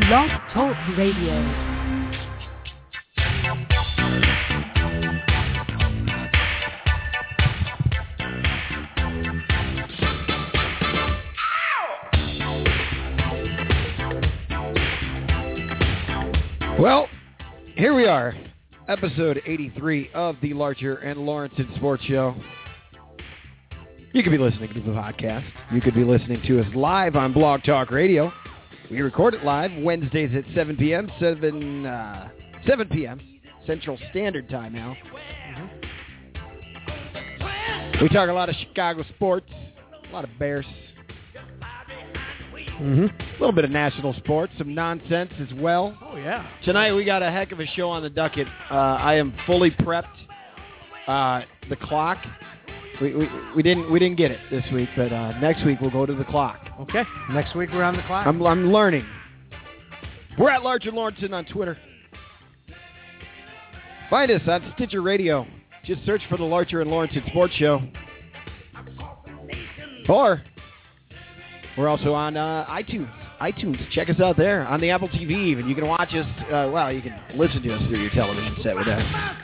Blog Talk Radio. Well, here we are, episode 83 of the Larcher and Lawrence Sports Show. You could be listening to the podcast. You could be listening to us live on Blog Talk Radio. We record it live Wednesdays at 7 p.m. 7 uh, 7 p.m. Central Standard Time now. Mm-hmm. We talk a lot of Chicago sports, a lot of Bears, mm-hmm. a little bit of national sports, some nonsense as well. Oh yeah. Tonight we got a heck of a show on the docket. Uh, I am fully prepped. Uh, the clock. We, we, we didn't we didn't get it this week, but uh, next week we'll go to the clock. Okay. Next week we're on the clock. I'm I'm learning. We're at Larger Lawrenson on Twitter. Find us on Stitcher Radio. Just search for the Larcher and Lawrenson Sports Show. Or we're also on uh, iTunes. iTunes, check us out there on the Apple TV. Even you can watch us. Uh, well, you can listen to us through your television set with that.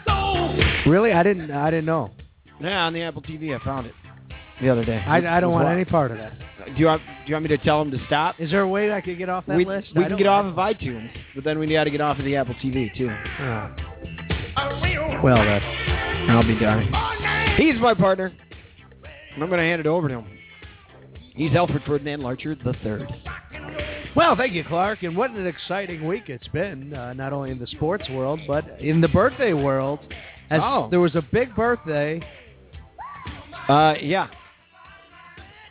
Really? I didn't. I didn't know. Yeah, on the Apple TV, I found it the other day. I, I don't It was want wa- any part of that. Do you want Do you want me to tell them to stop? Is there a way I could get off that we, list? we I can don't- get off of iTunes, but then we got to get off of the Apple TV too. Oh. Well, that's I'll be darned. He's my partner, and I'm going to hand it over to him. He's Alfred Ferdinand Larcher the third. well. Thank you, Clark. And what an exciting week it's been, uh, not only in the sports world but in the birthday world. As Oh. there was a big birthday. Uh, yeah.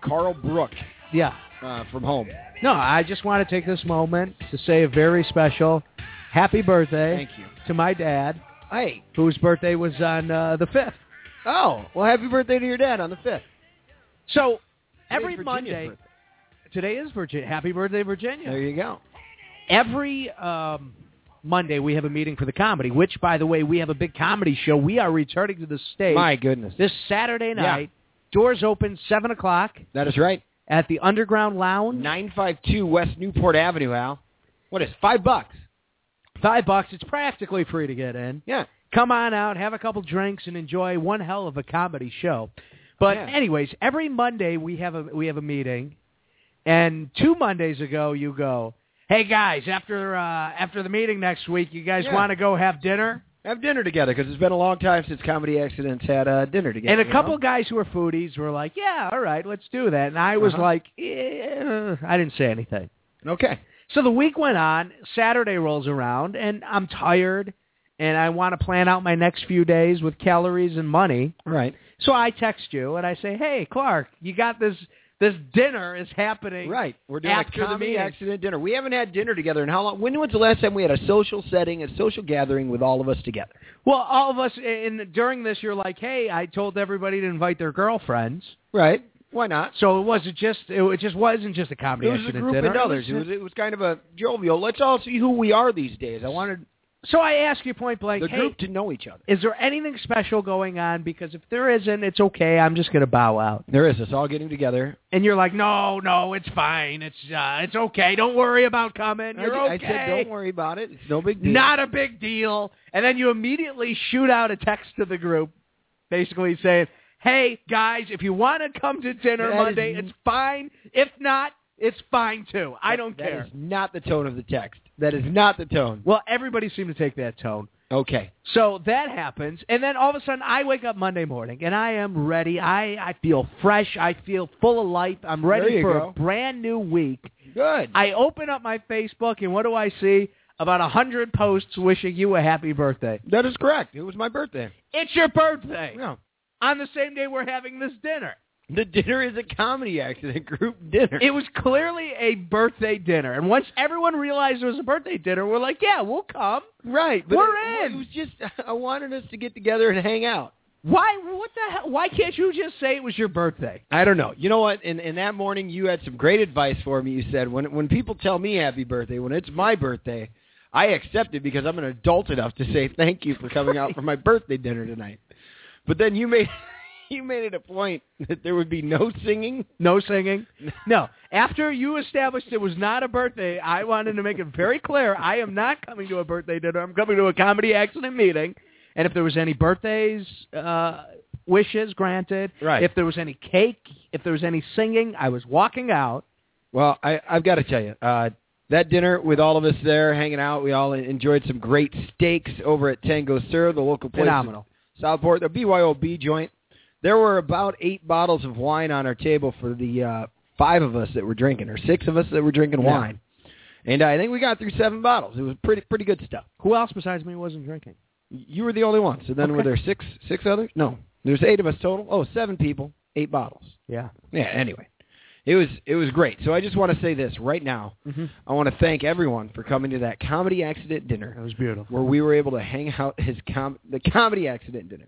Carl Brook Yeah. uh, from home. No, I just want to take this moment to say a very special happy birthday Thank you. to my dad, Hey. whose birthday was on uh, the fifth. Oh, well, happy birthday to your dad on the fifth. So every Monday, today is Virginia. Happy birthday, Virginia! There you go. every um, Monday we have a meeting for the comedy, which, by the way, we have a big comedy show. We are returning to the stage My goodness. this Saturday Yeah. night. Doors open seven o'clock That is right. at the Underground Lounge. Nine five two West Newport Avenue, Al. What is five bucks? Five bucks. It's practically free to get in. Yeah. Come on out, have a couple drinks, and enjoy one hell of a comedy show. But Yeah. anyways, every Monday we have a we have a meeting, and two Mondays ago you go, hey guys, after uh, after the meeting next week, you guys Yeah. want to go have dinner? Have dinner together because it's been a long time since comedy accidents had uh, dinner together. And a you couple know? guys who are foodies were like, "Yeah, all right, let's do that." And I was Uh-huh. like, eh, "I didn't say anything." Okay. So the week went on. Saturday rolls around, and I'm tired, and I want to plan out my next few days with calories and money. Right. So I text you and I say, "Hey, Clark, you got this. This dinner is happening. Right. We're doing After a the comedy meeting. accident dinner. We haven't had dinner together in how long? When was the last time we had a social setting, a social gathering with all of us together? Well, all of us. And during this, you're like, "Hey, I told everybody to invite their girlfriends." Right. Why not? So it wasn't just. It just wasn't just a comedy It was a accident group dinner. and others. It was, it was kind of a jovial. Let's all see who we are these days. I wanted So I ask you point blank, the "Hey, group to know each other. Is there anything special going on? Because if there isn't, it's okay. I'm just going to bow out. There is us all getting together. And you're like, no, no, it's fine. It's uh, it's okay. Don't worry about coming. You're I, okay. I said, don't worry about it. It's no big deal. Not a big deal. And then you immediately shoot out a text to the group, basically saying, hey guys, if you want to come to dinner That is- Monday, it's fine. If not, it's fine too. I don't That care. is not the tone of the text. That is not the tone. well, everybody seemed to take that tone. Okay. So that happens, and then all of a sudden I wake up Monday morning and I am ready. I, I feel fresh. I feel full of life. I'm There ready you for go. a brand new week. Good. I open up my Facebook and what do I see? About a hundred posts wishing you a happy birthday. that is correct. It was my birthday. It's your birthday No. on the same day we're having this dinner. The dinner is a comedy accident group dinner. It was clearly a birthday dinner, and once everyone realized it was a birthday dinner, we're like, yeah, we'll come. right. But We're it- in. It was just, I wanted us to get together and hang out. Why? What the hell? Why can't you just say it was your birthday? I don't know. You know what? In, in that morning, you had some great advice for me. You said, when, when people tell me happy birthday, when it's my birthday, I accept it because I'm an adult enough to say thank you for coming out for my birthday dinner tonight. But then you made you made it a point that there would be no singing. No singing. No. After you established it was not a birthday, I wanted to make it very clear I am not coming to a birthday dinner. I'm coming to a comedy accident meeting. And if there was any birthdays, uh, wishes granted, Right. if there was any cake, if there was any singing, I was walking out. Well, I, I've got to tell you, uh, that dinner with all of us there hanging out, we all enjoyed some great steaks over at Tango Sir, the local place. in Phenomenal. Southport, the BYOB joint. There were about eight bottles of wine on our table for the uh, five of us that were drinking, or six of us that were drinking Yeah. wine. And I think we got through seven bottles. It was pretty pretty good stuff. Who else besides me wasn't drinking? You were the only one. So then were Okay. there six six others? No, there's eight of us total. Oh, seven people, eight bottles. Yeah. Yeah. Anyway, it was it was great. So I just want to say this right now. Mm-hmm. I want to thank everyone for coming to that comedy accident dinner That was beautiful. where we were able to hang out his com- the comedy accident dinner.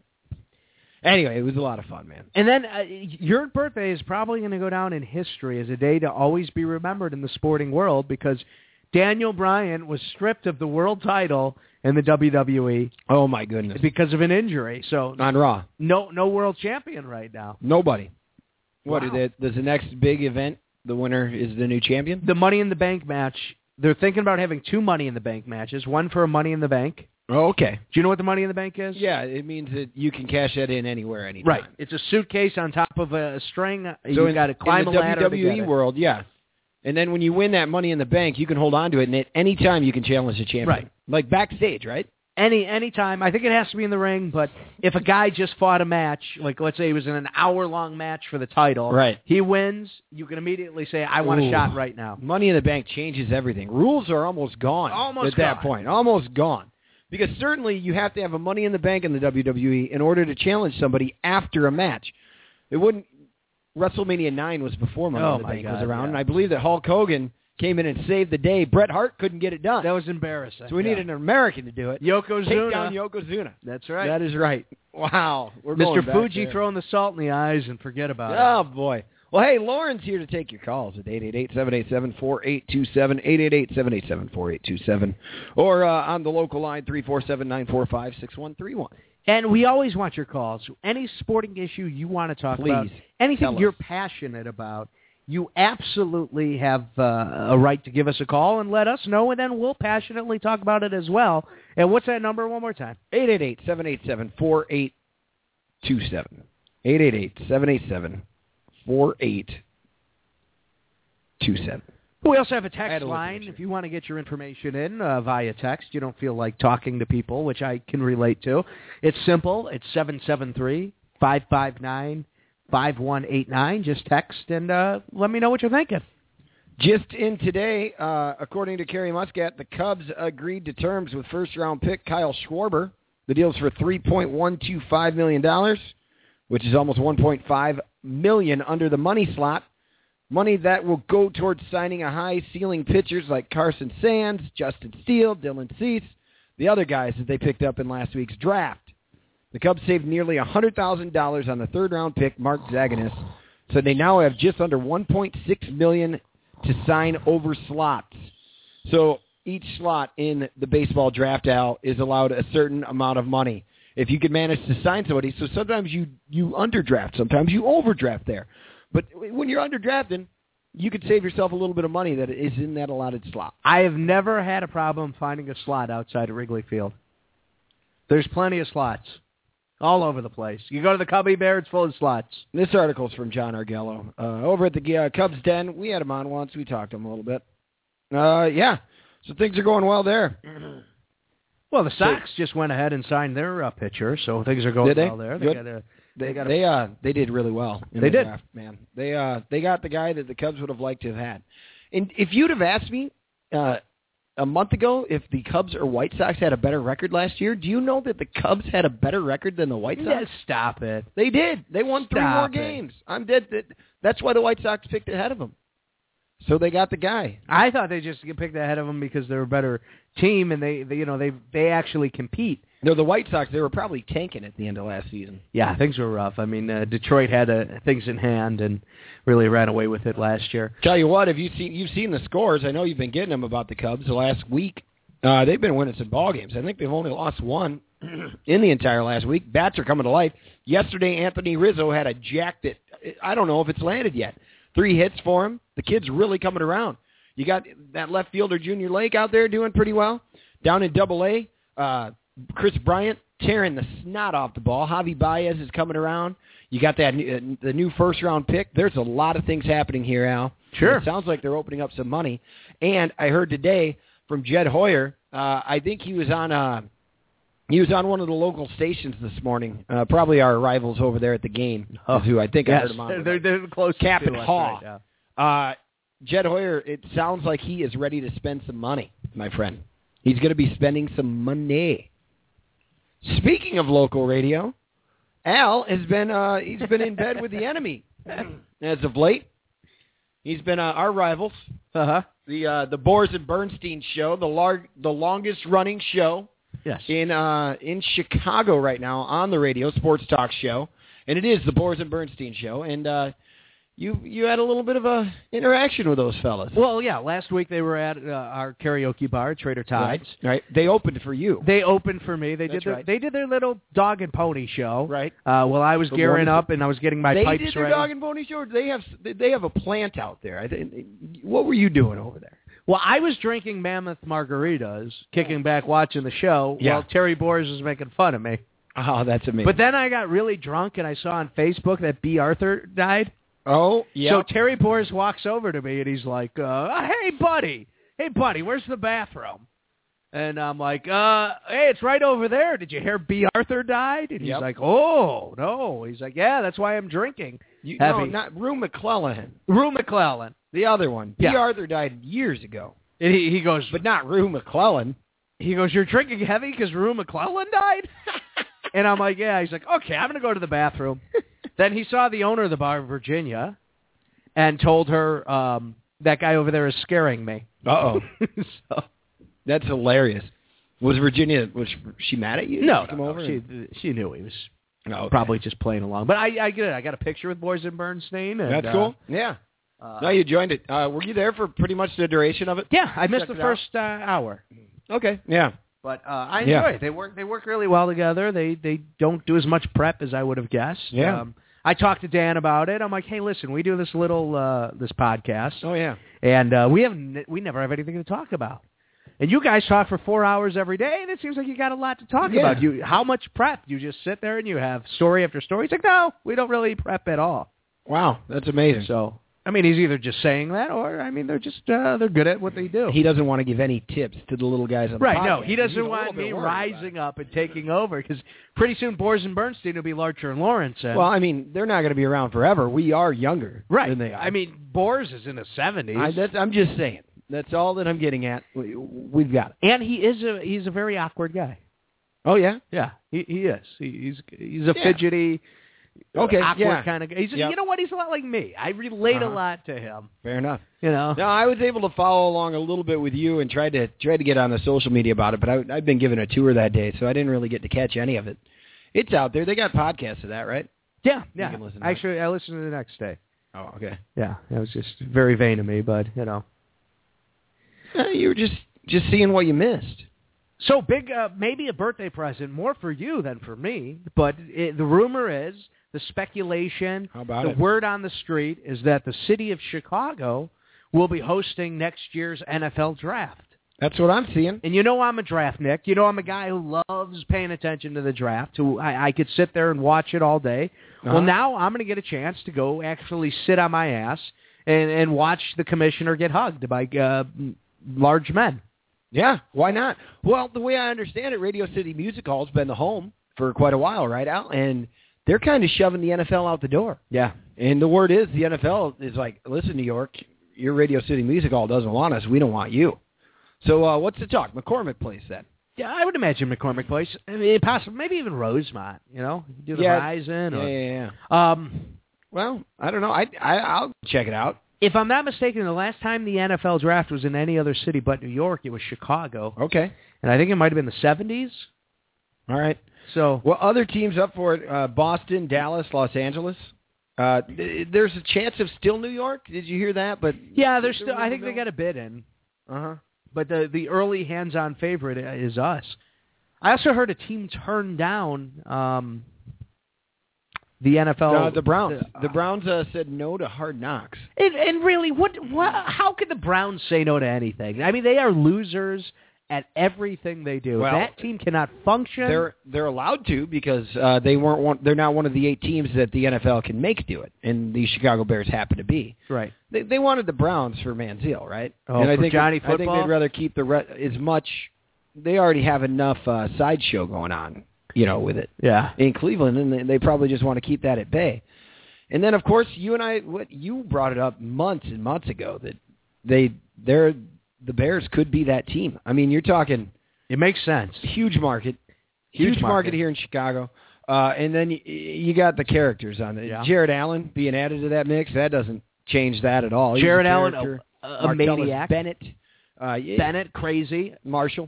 Anyway, it was a lot of fun, man. And then uh, your birthday is probably going to go down in history as a day to always be remembered in the sporting world because Daniel Bryan was stripped of the world title in the WWE Oh my goodness. because of an injury. So On Raw, no no world champion right now. nobody. What Wow. is it? Does the next big event, the winner is the new champion? The Money in the Bank match, they're thinking about having two Money in the Bank matches, one for a Money in the Bank. Oh, okay. Do you know what the Money in the Bank is? Yeah, it means that you can cash that in anywhere, anytime. Right. It's a suitcase on top of a string. So you in- got to climb in a the E ladder to WWE get it. world, yeah. And then when you win that money in the bank, you can hold on to it, and at any time you can challenge the champion. Right. Like backstage, right? any any time. I think it has to be in the ring, but if a guy just fought a match, like let's say it was in an hour long match for the title, Right. He wins, you can immediately say, "I want Ooh. a shot right now." Money in the bank changes everything. Rules are almost gone Almost at that gone. point. Almost gone. Because certainly you have to have a money in the bank in the WWE in order to challenge somebody after a match. It wouldn't WrestleMania 9 was before Money Oh in the my Bank God, was around yeah. and I believe that Hulk Hogan came in and saved the day. Bret Hart couldn't get it done. That was embarrassing. so we need an American to do it. yeah. Take Yokozuna. down Yokozuna. That's right. That is right. Wow. We're going Mr. back Fuji there. throwing the salt in the eyes and forget about it. Oh boy. Well, hey, Lauren's here to take your calls at 888-787-4827, 888-787-4827, or uh, on the local line 347-945-6131. And we always want your calls. Any sporting issue you want to talk about, Please, tell anything us. you're passionate about, you absolutely have uh, a right to give us a call and let us know, and then we'll passionately talk about it as well. And what's that number one more time? 888-787-4827. 888-787-4827. We also have a I had text to look at line it. if you want to get your information in uh, via text. You don't feel like talking to people, which I can relate to. It's simple. It's seven seven three five five nine five one eight nine. Just text and uh, let me know what you're thinking. Just in today, uh, according to Kerry Muscat, the Cubs agreed to terms with first-round pick Kyle Schwarber. The deal's for three point one two five million dollars, which is almost one point five million under the money slot. Money that will go towards signing a high-ceiling pitchers like Carson Sands, Justin Steele, Dylan Cease, the other guys that they picked up in last week's draft. The Cubs saved nearly hundred thousand dollars on the third-round pick Mark Zaganis, so they now have just under one point six million to sign over slots. So each slot in the baseball draft out is allowed a certain amount of money. If you can manage to sign somebody, so sometimes you you underdraft, sometimes you overdraft there. But when you're underdrafting, you could save yourself a little bit of money that is in that allotted slot. I have never had a problem finding a slot outside of Wrigley Field. There's plenty of slots all over the place. You go to the Cubby Bear, it's full of slots. This article's from John Argello. Uh, over at the uh, Cubs Den, we had him on once. We talked to him a little bit. Uh, yeah, so things are going well there. Well, the Sox just went ahead and signed their uh, pitcher, so things are going Did they? well there. They Good. got a, They They got a- they uh they did really well. In They the did. draft, man. They uh they got the guy that the Cubs would have liked to have had. And if you'd have asked me uh a month ago if the Cubs or White Sox had a better record last year, do you know that the Cubs had a better record than the White Sox? Yeah, stop it. They did. They won three Stop more it. games. I'm dead. that- That's why the White Sox picked ahead of them. So they got the guy. I thought they just picked ahead of them because they're a better team and they, they you know they they actually compete. No, the White Sox. They were probably tanking at the end of last season. Yeah, things were rough. I mean, uh, Detroit had uh, things in hand and really ran away with it last year. Tell you what, have you seen you've seen the scores? I know you've been getting them about the Cubs the last week. Uh, they've been winning some ball games. I think they've only lost one. in the entire last week. Bats are coming to life. Yesterday, Anthony Rizzo had a jack that I don't know if it's landed yet. Three hits for him. The kid's really coming around. You got that left fielder Junior Lake out there doing pretty well. Down in Double A, uh, Chris Bryant tearing the snot off the ball. Javi Baez is coming around. You got that new, uh, the new first round pick. There's a lot of things happening here, Al. Sure. It sounds like they're opening up some money. And I heard today from Jed Hoyer. Uh, I think he was on uh, he was on one of the local stations this morning. Uh, probably our rivals over there at the game is who I think I heard him on. they're, with. they're, they're close. Cap to and us Haw. right now. Uh, Jed Hoyer, it sounds like he is ready to spend some money, my friend. He's going to be spending some money. Speaking of local radio, Al has been uh, he's been in bed with the enemy as of late. He's been uh, our rivals, Uh-huh. the uh, the Boers and Bernstein show, the lar- the longest running show Yes. in uh, in Chicago right now on the radio sports talk show, and it is the Boers and Bernstein show. And uh, you you had a little bit of a interaction with those fellas. Well, yeah. Last week they were at uh, our karaoke bar, Trader right, Todd's. right. They opened for you, They opened for me. They That's did their, right. they did their little dog and pony show. right? Uh, while I was The gearing wonderful- up and I was getting my they pipes did their ready. dog and pony show. They have they have a plant out there. I think. What were you doing over there? Well, I was drinking mammoth margaritas, kicking back, watching the show, Yeah. while Terry Bores was making fun of me. Oh, that's amazing. But then I got really drunk, and I saw on Facebook that B. Arthur died. oh yeah, So Terry Bores walks over to me, and he's like, uh, "Hey, buddy, hey, buddy, where's the bathroom?" And I'm like, uh, "Hey, it's right over there. Did you hear B. Arthur died?" And he's Yep. like, "Oh no." He's like, "Yeah, that's why I'm drinking." you, no, Happy- not Rue McClellan, Rue McClellan. the other one. Yeah. P. Arthur died years ago, And he, he goes, but not Rue McClellan. he goes, "You're drinking heavy because Rue McClellan died." and I'm like, "Yeah." He's like, "Okay, I'm gonna go to the bathroom." then he saw the owner of the bar in Virginia, and told her um, that guy over there is scaring me. Uh oh. so That's hilarious. Was Virginia was she mad at you? no, Did she come no, no, over she and- Oh, she knew he was No, okay. probably just playing along. But I I get it. I got a picture with Boys and Bernstein. And, That's uh, cool. Yeah. uh, no, you joined it. Uh, were you there for pretty much the duration of it? yeah, I missed the Checked it out. first uh, hour. Okay. Yeah. But uh, I enjoy Yeah. it. They work. They work really well together. They they don't do as much prep as I would have guessed. Yeah. Um, I talked to Dan about it. I'm like, hey, listen, we do this little uh, this podcast, Oh yeah. and uh, we have n- we never have anything to talk about. And you guys talk for four hours every day, and it seems like you got a lot to talk Yeah. about. You how much prep? You just sit there and you have story after story. He's like, no, we don't really prep at all. Wow, that's amazing. So I mean, he's either just saying that, or I mean, they're just uh, they're good at what they do. he doesn't want to give any tips to the little guys on the Right. No, podcast. he He's a doesn't little want bit me worried about it. rising up and taking over because pretty soon Boers and Bernstein will be Larcher and Lawrence. And, Well, I mean, they're not going to be around forever. We are younger right. than they are. I mean, Boers is in his seventies, I, that's, I'm just saying. That's all that I'm getting at. We, we've got it. and he is a he's a very awkward guy. Oh yeah. Yeah, he, he is. He, he's he's a Yeah. fidgety, Okay, awkward yeah. kind of guy. He's, Yep. You know what? He's a lot like me. I relate a Uh-huh. lot to him. Fair enough. You know. No, I was able to follow along a little bit with you and tried to tried to get on the social media about it, but I, I've been given a tour that day, so I didn't really get to catch any of it. It's out there. They got podcasts of that, right? Yeah, You yeah. can listen to it. Actually, I listened to the next day. Oh, okay. Yeah, that was just very vain of me, but you know. Uh, you were just just seeing what you missed. So big, uh, maybe a birthday present, more for you than for me. But it, the rumor is, the speculation, How about the it? word on the street is that the city of Chicago will be hosting next year's NFL draft. That's what I'm seeing. And you know I'm a draft Nick. You know I'm a guy who loves paying attention to the draft. Who I, I could sit there and watch it all day. Uh-huh. Well, now I'm going to get a chance to go actually sit on my ass and and watch the commissioner get hugged by uh, m- large men. Yeah, why not? Well, the way I understand it, Radio City Music Hall's been the home for quite a while, right, Al? And they're kind of shoving the NFL out the door. Yeah. And the word is the NFL is like, listen, New York, your Radio City Music Hall doesn't want us. We don't want you. So uh, what's the talk? McCormick plays that. Yeah, I would imagine McCormick Place. I mean, possibly maybe even Rosemont. You know, do the Yeah. Horizon. Yeah, Or, yeah, yeah. Um, Well, I don't know. I, I I'll check it out. if I'm not mistaken, the last time the NFL draft was in any other city but New York, it was Chicago, Okay. and I think it might have been the '70s. All right. So Well, other teams up for it: uh, Boston, Dallas, Los Angeles. Uh, th- there's a chance of still New York. Did you hear that? But yeah, they're still. I think they got a bid in, Uh huh. but the the early hands-on favorite is us. I also heard a team turn down um, the NFL. Uh, the Browns. uh, The Browns uh, said no to Hard Knocks. And, and really, what, what? How could the Browns say no to anything? I mean, they are losers at everything they do. Well, that team cannot function. They're they're allowed to because uh, they weren't one, they're not one of the eight teams that the NFL can make do it, and the Chicago Bears happen to be. right. They, they wanted the Browns for Manziel, right? Oh, and I for think Johnny I think Football? they'd rather keep the re- as much. They already have enough uh, sideshow going on, you know, with it Yeah. in Cleveland, and they, they probably just want to keep that at bay. And then, of course, you and I, what you brought it up months and months ago that they they're the Bears could be that team. I mean, you're talking It makes sense. huge market, Huge huge, market. market. here in Chicago. Uh, and then you, you got the characters on it. Yeah. Jared Allen being added to that mix that doesn't change that at all. He's a Jared Allen, a, character. a a Martellus maniac. Bennett, uh, yeah, Bennett, crazy. Marshall,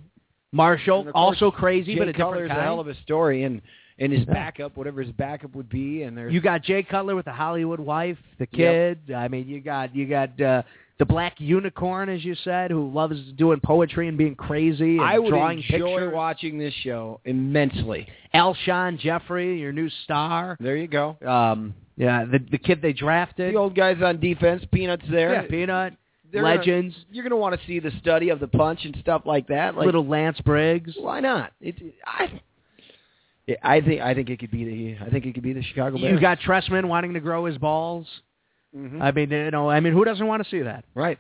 Marshall, And of course, also crazy, Jay but a Cutler's different a hell kind. of a story, and and his Yeah. backup, whatever his backup would be, and there's You got Jay Cutler with the Hollywood wife, the kid. I mean, you got you got uh, the black unicorn, as you said, who loves doing poetry and being crazy and I would drawing enjoy pictures. watching this show immensely. Alshon Jeffrey, your new star. There you go. Um, yeah, the the kid they drafted. The old guys on defense, peanuts there. Yeah, Peanut, They're gonna- Legends, you're gonna want to see the study of the punch and stuff like that. Like, little Lance Briggs. why not? It, I, Yeah, I think I think it could be the I think it could be the Chicago Bears. You got Tressman wanting to grow his balls. Mhm. I mean, you know, I mean, who doesn't want to see that? right.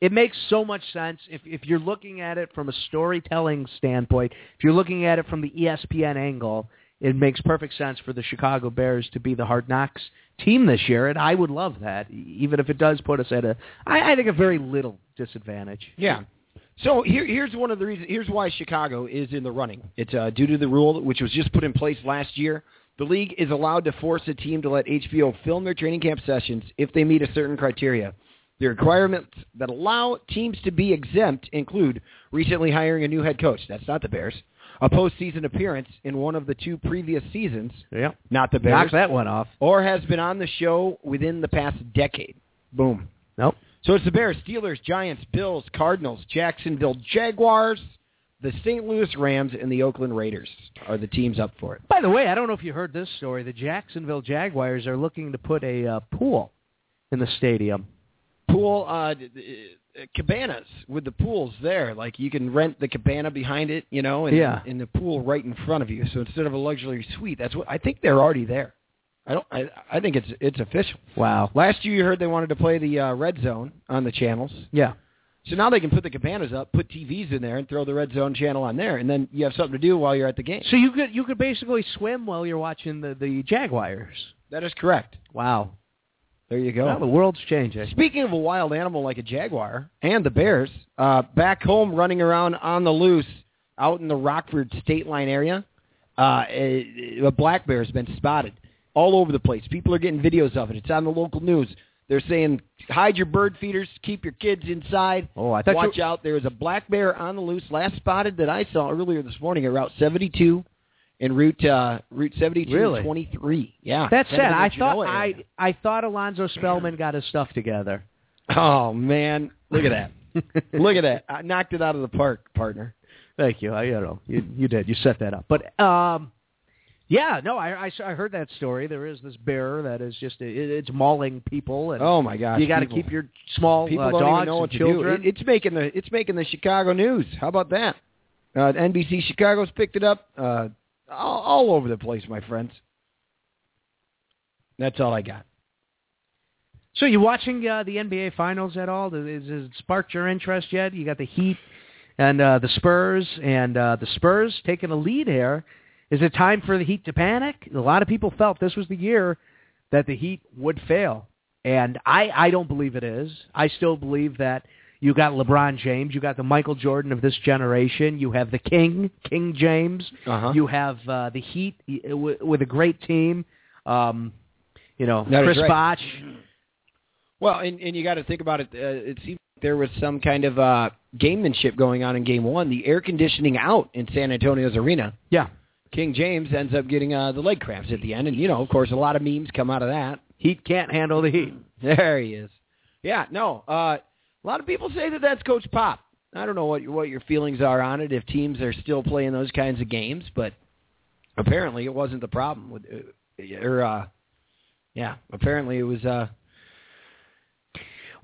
It makes so much sense if if you're looking at it from a storytelling standpoint. If you're looking at it from the E ESPN angle, it makes perfect sense for the Chicago Bears to be the Hard Knocks team this year, and I would love that, e- even if it does put us at a, I, I think, a very little disadvantage. Yeah. Mm-hmm. So here, here's one of the reasons. Here's why Chicago is in the running. It's uh, due to the rule which was just put in place last year. The league is allowed to force a team to let HBO film their training camp sessions if they meet a certain criteria. The requirements that allow teams to be exempt include recently hiring a new head coach. That's not the Bears. A postseason appearance in one of the two previous seasons. Yeah. Not the Knock Bears. that one off. Or has been on the show within the past decade. Boom. Nope. So it's the Bears, Steelers, Giants, Bills, Cardinals, Jacksonville Jaguars, the St. Louis Rams, and the Oakland Raiders are the teams up for it. By the way, I don't know if you heard this story. The Jacksonville Jaguars are looking to put a uh, pool in the stadium. Pool uh, d- d- uh, cabanas with the pools there. Like you can rent the cabana behind it, you know, and, Yeah. and the pool right in front of you. So instead of a luxury suite, that's what I think they're already there. I don't. I, I think it's it's official. Wow. Last year, you heard they wanted to play the uh, red zone on the channels. Yeah. So now they can put the cabanas up, put TVs in there, and throw the red zone channel on there, and then you have something to do while you're at the game. So you could you could basically swim while you're watching the the Jaguars. That is correct. Wow. There you Well, the go. world's changing. Speaking of a wild animal like a jaguar and the bears, uh, back home running around on the loose out in the Rockford state line area, uh, a, a black bear has been spotted all over the place. People are getting videos of it. It's on the local news. They're saying, hide your bird feeders, keep your kids inside. Oh, I thought Watch you, out. There is a black bear on the loose. Last spotted that I saw earlier this morning at Route 72 and Route uh, Route 72 Really? and 23. Yeah. That said, Senator I Genoa thought I area. I thought Alonzo Spellman got his stuff together. Oh man, look at that! look at that! I knocked it out of the park, partner. Thank you. I you know you, you did you set that up, but um, yeah, no, I, I saw- I heard that story. There is this bear that is just it, it's mauling people, and Oh my gosh! you got to people. keep your small people uh, don't dogs even know and what to children. do. It, it's making the it's making the Chicago news. How about that? Uh, NBC Chicago's picked it up uh, all, all over the place, my friends. That's all I got. so you watching uh, the NBA finals at all? Does, is, has it sparked your interest yet? You got the Heat and uh, the Spurs, and uh, the Spurs taking a lead here. Is it time for the Heat to panic? A lot of people felt this was the year that the Heat would fail, and I I don't believe it is. I still believe that you got LeBron James, you got the Michael Jordan of this generation, you have the King King James, Uh-huh. you have uh, the Heat y- w- with a great team. Um, you know, That is Chris right. Bosh. Well, and, and you got to think about it. Uh, it seems like there was some kind of uh, gamemanship going on in Game One. The air conditioning out in San Antonio's arena. Yeah. King James ends up getting uh, the leg cramps at the end, and you know, of course, a lot of memes come out of that. Heat can't handle the Heat. There he is. Yeah, no, uh, a lot of people say that that's Coach Pop. I don't know what your, what your feelings are on it if teams are still playing those kinds of games, but apparently it wasn't the problem with uh, or uh yeah, apparently it was uh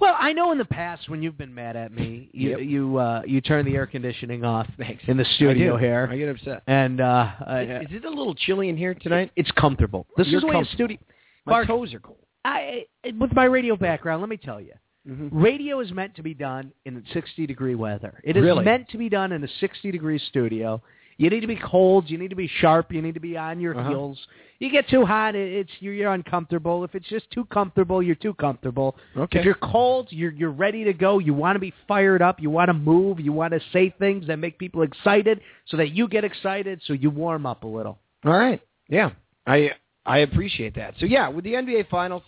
Well, I know in the past when you've been mad at me, you Yep. you uh, you turn the air conditioning off Thanks. in the studio I do. here, I get upset. and uh, I- Is, is it a little chilly in here tonight? it's comfortable. This You're is the way a comfortable. studio. My Mark, toes are cold. I, I- with my radio background, let me tell you, Mm-hmm. radio is meant to be done in 60 degree weather. It is Really? meant to be done in a 60 degree studio. You need to be cold. You need to be sharp. You need to be on your Uh-huh. heels. You get too hot, it- it's you're, you're uncomfortable. If it's just too comfortable, you're too comfortable. Okay. If you're cold, you're you're ready to go. You want to be fired up. You want to move. You want to say things that make people excited, so that you get excited, so you warm up a little. All right. Yeah. I I appreciate that. So yeah, with the NBA finals,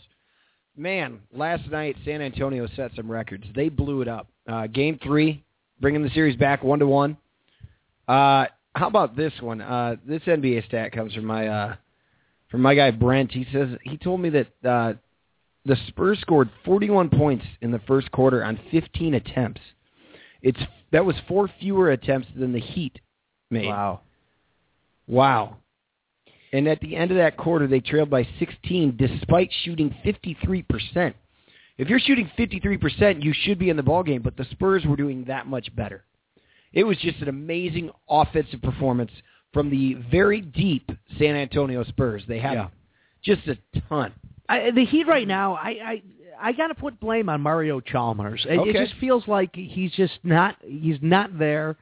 man, last night San Antonio set some records. They blew it up. Uh, game 3, bringing the series back 1 to 1. Uh how about this one? Uh this NBA stat comes from my uh from my guy Brent. He says he told me that uh the Spurs scored 41 points in the first quarter on 15 attempts. It's that was four fewer attempts than the Heat made. Wow. Wow. And at the end of that quarter, they trailed by 16 despite shooting 53%. If you're shooting 53%, you should be in the ballgame, but the Spurs were doing that much better. It was just an amazing offensive performance from the very deep San Antonio Spurs. They have Yeah. just a ton. I, the Heat right now, I I, I got to put blame on Mario Chalmers. It, Okay. it just feels like he's just not he's not there.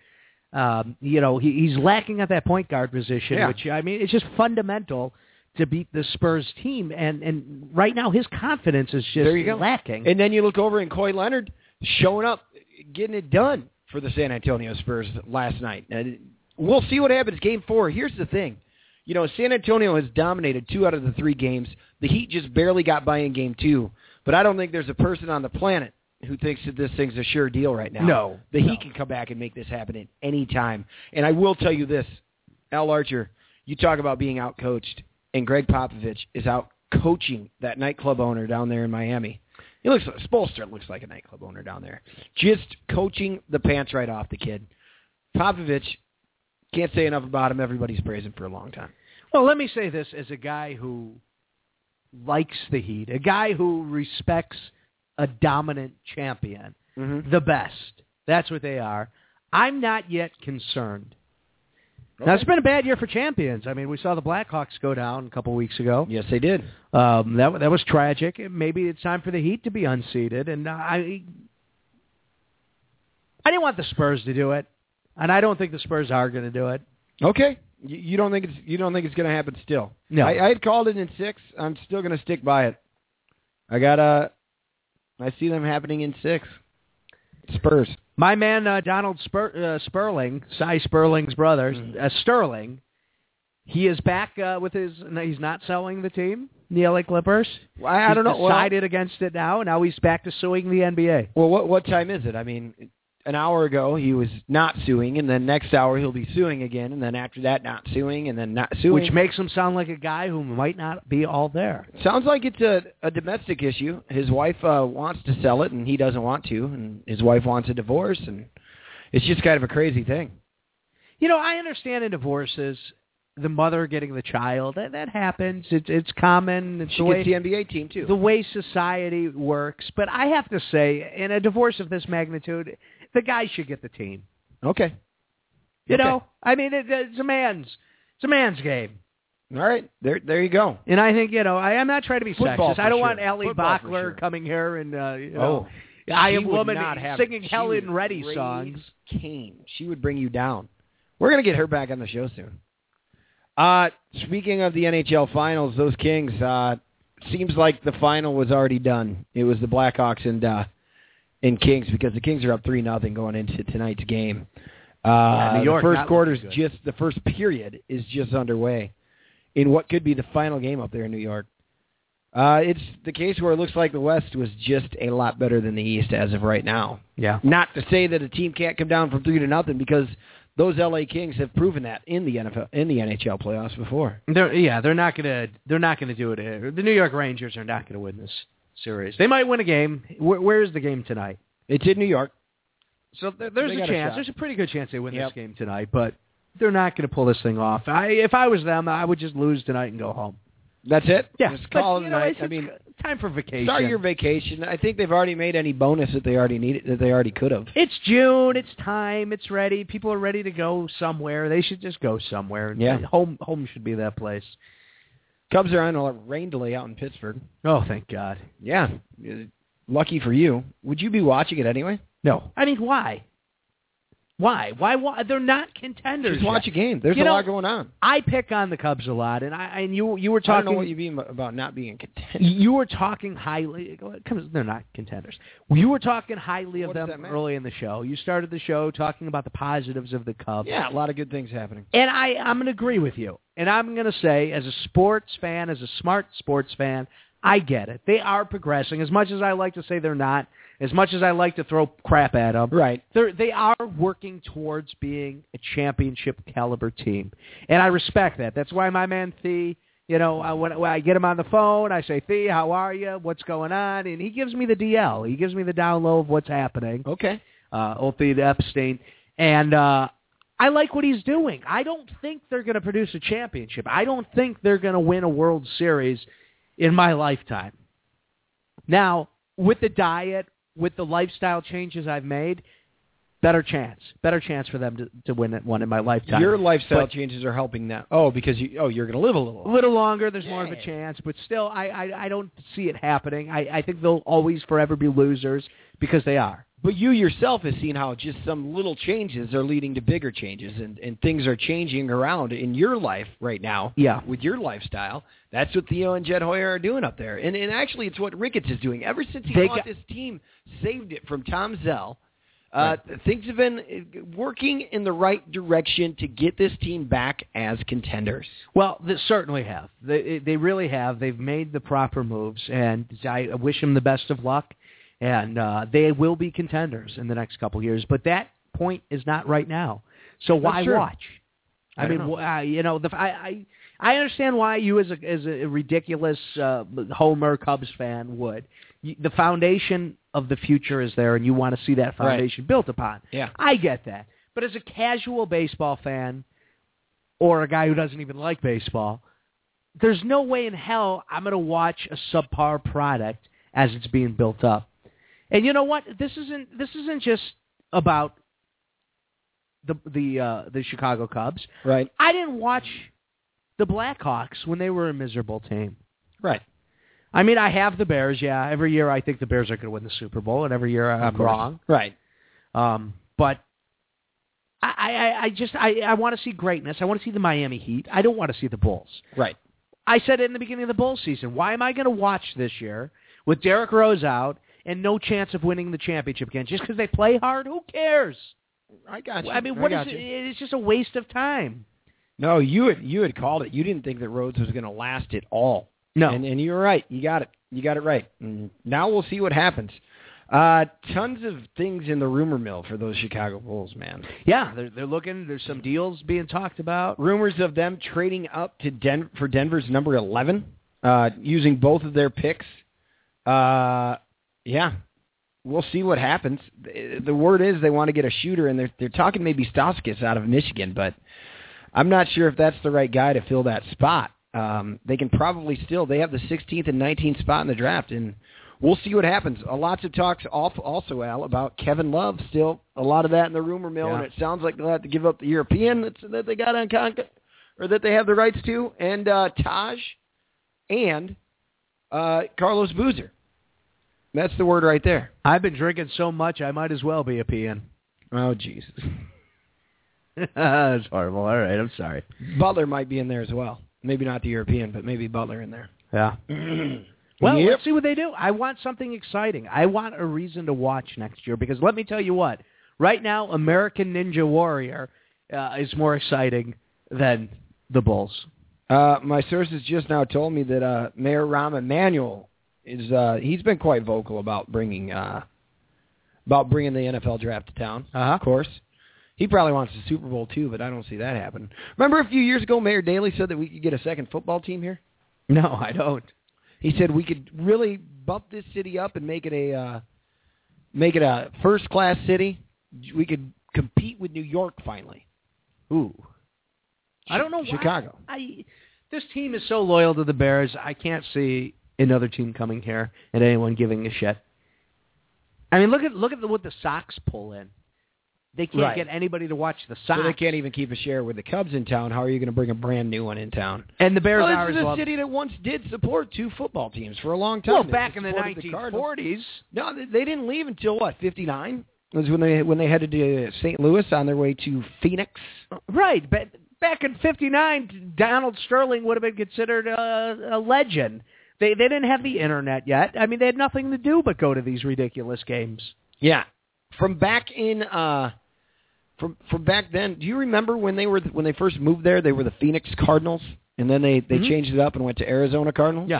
Um, you know, he, he's lacking at that point guard position, Yeah. which I mean, it's just fundamental to beat the Spurs team. And and right now, his confidence is just There you go. lacking. And then you look over and Coy Leonard showing up, getting it done for the San Antonio Spurs last night. And we'll see what happens game four. Here's the thing. You know, San Antonio has dominated two out of the three games. The Heat just barely got by in game two. But I don't think there's a person on the planet who thinks that this thing's a sure deal right now. No, The Heat no. can come back and make this happen at any time. And I will tell you this, Al Archer, you talk about being outcoached, and Greg Popovich is out coaching that nightclub owner down there in Miami. He looks Spolster looks like a nightclub owner down there. Just coaching the pants right off the kid. Popovich can't say enough about him. Everybody's praising for a long time. Well, let me say this as a guy who likes the Heat, a guy who respects a dominant champion, Mhm. the best. That's what they are. I'm not yet concerned. Now, it's been a bad year for champions. I mean, we saw the Blackhawks go down a couple weeks ago. Yes, they did. Um, that that was tragic. Maybe it's time for the Heat to be unseated. And I, I didn't want the Spurs to do it, and I don't think the Spurs are going to do it. Okay. You, you don't think it's you don't think it's going to happen still. No. I, I had called it in six. I'm still going to stick by it. I got uh, I see them happening in six. Spurs. My man uh, Donald Spur- uh, Sperling, Cy Sperling's brother, uh, Sterling, he is back uh, with his. No, he's not selling the team, the LA Clippers. Well, I, I He's don't know. Well, Decided against it now. Now he's back to suing the NBA. well, what what time is it? I mean, an hour ago he was not suing, and then next hour he'll be suing again, and then after that not suing, and then not suing. Which makes him sound like a guy who might not be all there. Sounds like it's a, a domestic issue. His wife uh, wants to sell it, and he doesn't want to, and his wife wants a divorce, and it's just kind of a crazy thing. You know, I understand in divorces, the mother getting the child that, that happens. It's it's common. It's She the way gets the NBA team too. the way society works. But I have to say, in a divorce of this magnitude, the guy should get the team. okay, You Okay. know, I mean, it, it's a man's, it's a man's game. all right, there there you go. And I think you know, I, I'm not trying to be Football sexist. for I don't sure. want Ellie Football for Bachler sure. coming here and uh, you Oh, know, I She am would woman not have it. singing She Helen would Reddy raise songs. Kane, she would bring you down. We're gonna get her back on the show soon. Uh, speaking of the NHL finals, those Kings. Uh, seems like the final was already done. It was the Blackhawks and uh, and Kings because the Kings are up three nothing going into tonight's game. Uh, New York the not first looking quarter's good. just the first period is just underway in what could be the final game up there in New York. Uh, it's the case where it looks like the West was just a lot better than the East as of right now. Yeah. Not to say that a team can't come down from three to nothing because those LA Kings have proven that in the NFL in the NHL playoffs before. They're, yeah, they're not gonna they're not gonna do it. here. The New York Rangers are not gonna win this series. They might win a game. Where, where is the game tonight? It's in New York. So there, there's They a got a chance. shot. there's a pretty good chance they win Yep. this game tonight, but they're not going to pull this thing off. I, if I was them, I would just lose tonight and go home. That's it. Yeah, Just but, call it you a know, night. it's- I mean, it's time for vacation. start your vacation. I think they've already made any bonus that they already needed that they already could have. It's June. It's time. It's ready. People are ready to go somewhere. They should just go somewhere. Yeah. home home should be that place. Cubs are on a rain delay out in Pittsburgh. Oh, thank God. Yeah, lucky for you. Would you be watching it anyway? No, I mean, why? Why? Why? Why? They're not contenders. Just watch a yet. game. There's You a know, lot going on. I pick on the Cubs a lot, and I and you you were I talking don't know what you mean about not being content. you were talking highly. come- They're not contenders. You were talking highly of What does that them matter? early in the show. You started the show talking about the positives of the Cubs. Yeah, a lot of good things happening. And I, I'm going to agree with you. And I'm going to say, as a sports fan, as a smart sports fan, I get it. They are progressing. As much as I like to say they're not, as much as I like to throw crap at them, Right. they're, they are working towards being a championship caliber team. And I respect that. That's why my man Thee, you know, I, when, when I get him on the phone, I say, Thee, how are you? What's going on? And he gives me the DL. He gives me the down low of what's happening Okay. uh, Othie Epstein, and uh, I like what he's doing. I don't think they're going to produce a championship. I don't think they're going to win a World Series in my lifetime. Now, with the diet, with the lifestyle changes I've made, better chance, better chance for them to, to win it one in my lifetime. Your lifestyle But- changes are helping that. Oh, because you oh you're going to live a little. a little longer. There's more of a Yeah. chance, but still, I, I, I don't see it happening. I, I think they'll always forever be losers because they are. But you yourself have seen how just some little changes are leading to bigger changes, and, and things are changing around in your life right now. Yeah. With your lifestyle, that's what Theo and Jed Hoyer are doing up there, and and actually it's what Ricketts is doing. Ever since he They bought got- this team, saved it from Tom Zell. Uh, Things have been uh, working in the right direction to get this team back as contenders. Well, they certainly have. They they really have. They've made the proper moves, and I wish them the best of luck. And uh, they will be contenders in the next couple years. But that point is not right now. So why true. watch? I, I mean, don't know. wh- uh, you know, the, I, I I understand why you, as a as a ridiculous uh, Homer Cubs fan, would. You, the foundation of the future is there, and you want to see that Right. foundation built upon. Yeah. I get that. But as a casual baseball fan or a guy who doesn't even like baseball, there's no way in hell I'm going to watch a subpar product as it's being built up. And you know what? This isn't this isn't just about the the uh, the Chicago Cubs. Right. I didn't watch the Blackhawks when they were a miserable team. Right. I mean, I have the Bears. Yeah, every year I think the Bears are going to win the Super Bowl, and every year I'm wrong. Right. Um, but I, I, I- I just I, I want to see greatness. I want to see the Miami Heat. I don't want to see the Bulls. Right. I said it in the beginning of the Bulls season. Why am I going to watch this year with Derrick Rose out and no chance of winning the championship again just because they play hard? Who cares? I got you. I mean, what is got you. it? It's just a waste of time. No, you had you had called it. You didn't think that Rhodes was going to last at all. No. and, and you were right. You got it. You got it right. And now we'll see what happens. Uh, tons of things in the rumor mill for those Chicago Bulls, man. yeah, they're they're looking. There's some deals being talked about. Rumors of them trading up to Den- for Denver's number eleven, uh, using both of their picks. Uh, yeah, we'll see what happens. The the word is they want to get a shooter, and they're they're talking maybe Stauskas out of Michigan, but I'm not sure if that's the right guy to fill that spot. Um, they can probably still they have the 16th and 19th spot in the draft, and we'll see what happens. Uh, lots of talks off also Al about Kevin Love still a lot of that in the rumor mill, Yeah. and it sounds like they'll have to give up the European that's, that they got on contract or that they have the rights to, and uh, Taj and uh, Carlos Boozer. That's the word right there. I've been drinking so much, I might as well be a PN. Oh Jesus, That's horrible. All right, I'm sorry. Butler might be in there as well. Maybe not the European, but maybe Butler in there. Yeah. Well, Yep. let's see what they do. I want something exciting. I want a reason to watch next year because let me tell you what. Right now, American Ninja Warrior uh, is more exciting than the Bulls. Uh, my sources just now told me that uh, Mayor Rahm Emanuel is uh, he's been quite vocal about bringing uh, about bringing the NFL draft to town. Uh-huh. Of course, he probably wants the Super Bowl too, but I don't see that happen. Remember a few years ago, Mayor Daley said that we could get a second football team here. No, I don't. He said we could really bump this city up and make it a uh, make it a first class city we could compete with New York finally. Ooh. I don't know why. Chicago. I this team is so loyal to the Bears. I can't see another team coming here and anyone giving a shit. I mean, look at look at the, what the Sox pull in. They can't Right. get anybody to watch the Sox, So they can't even keep a share with the Cubs in town. How are you going to bring a brand new one in town? and the Bears Well, are this as is a well. city that once did support two football teams for a long time. well, They back in the supported Cardinals. 1940s. No, they- they didn't leave until what? Fifty nine was when they when they headed to St. Louis on their way to Phoenix. Right, but back in '59, Donald Sterling would have been considered a, a legend. They they didn't have the internet yet. I mean, they had nothing to do but go to these ridiculous games. Yeah, from back in uh, from from back then. Do you remember when they were when they first moved there? They were the Phoenix Cardinals, and then they they Mhm. changed it up and went to Arizona Cardinals.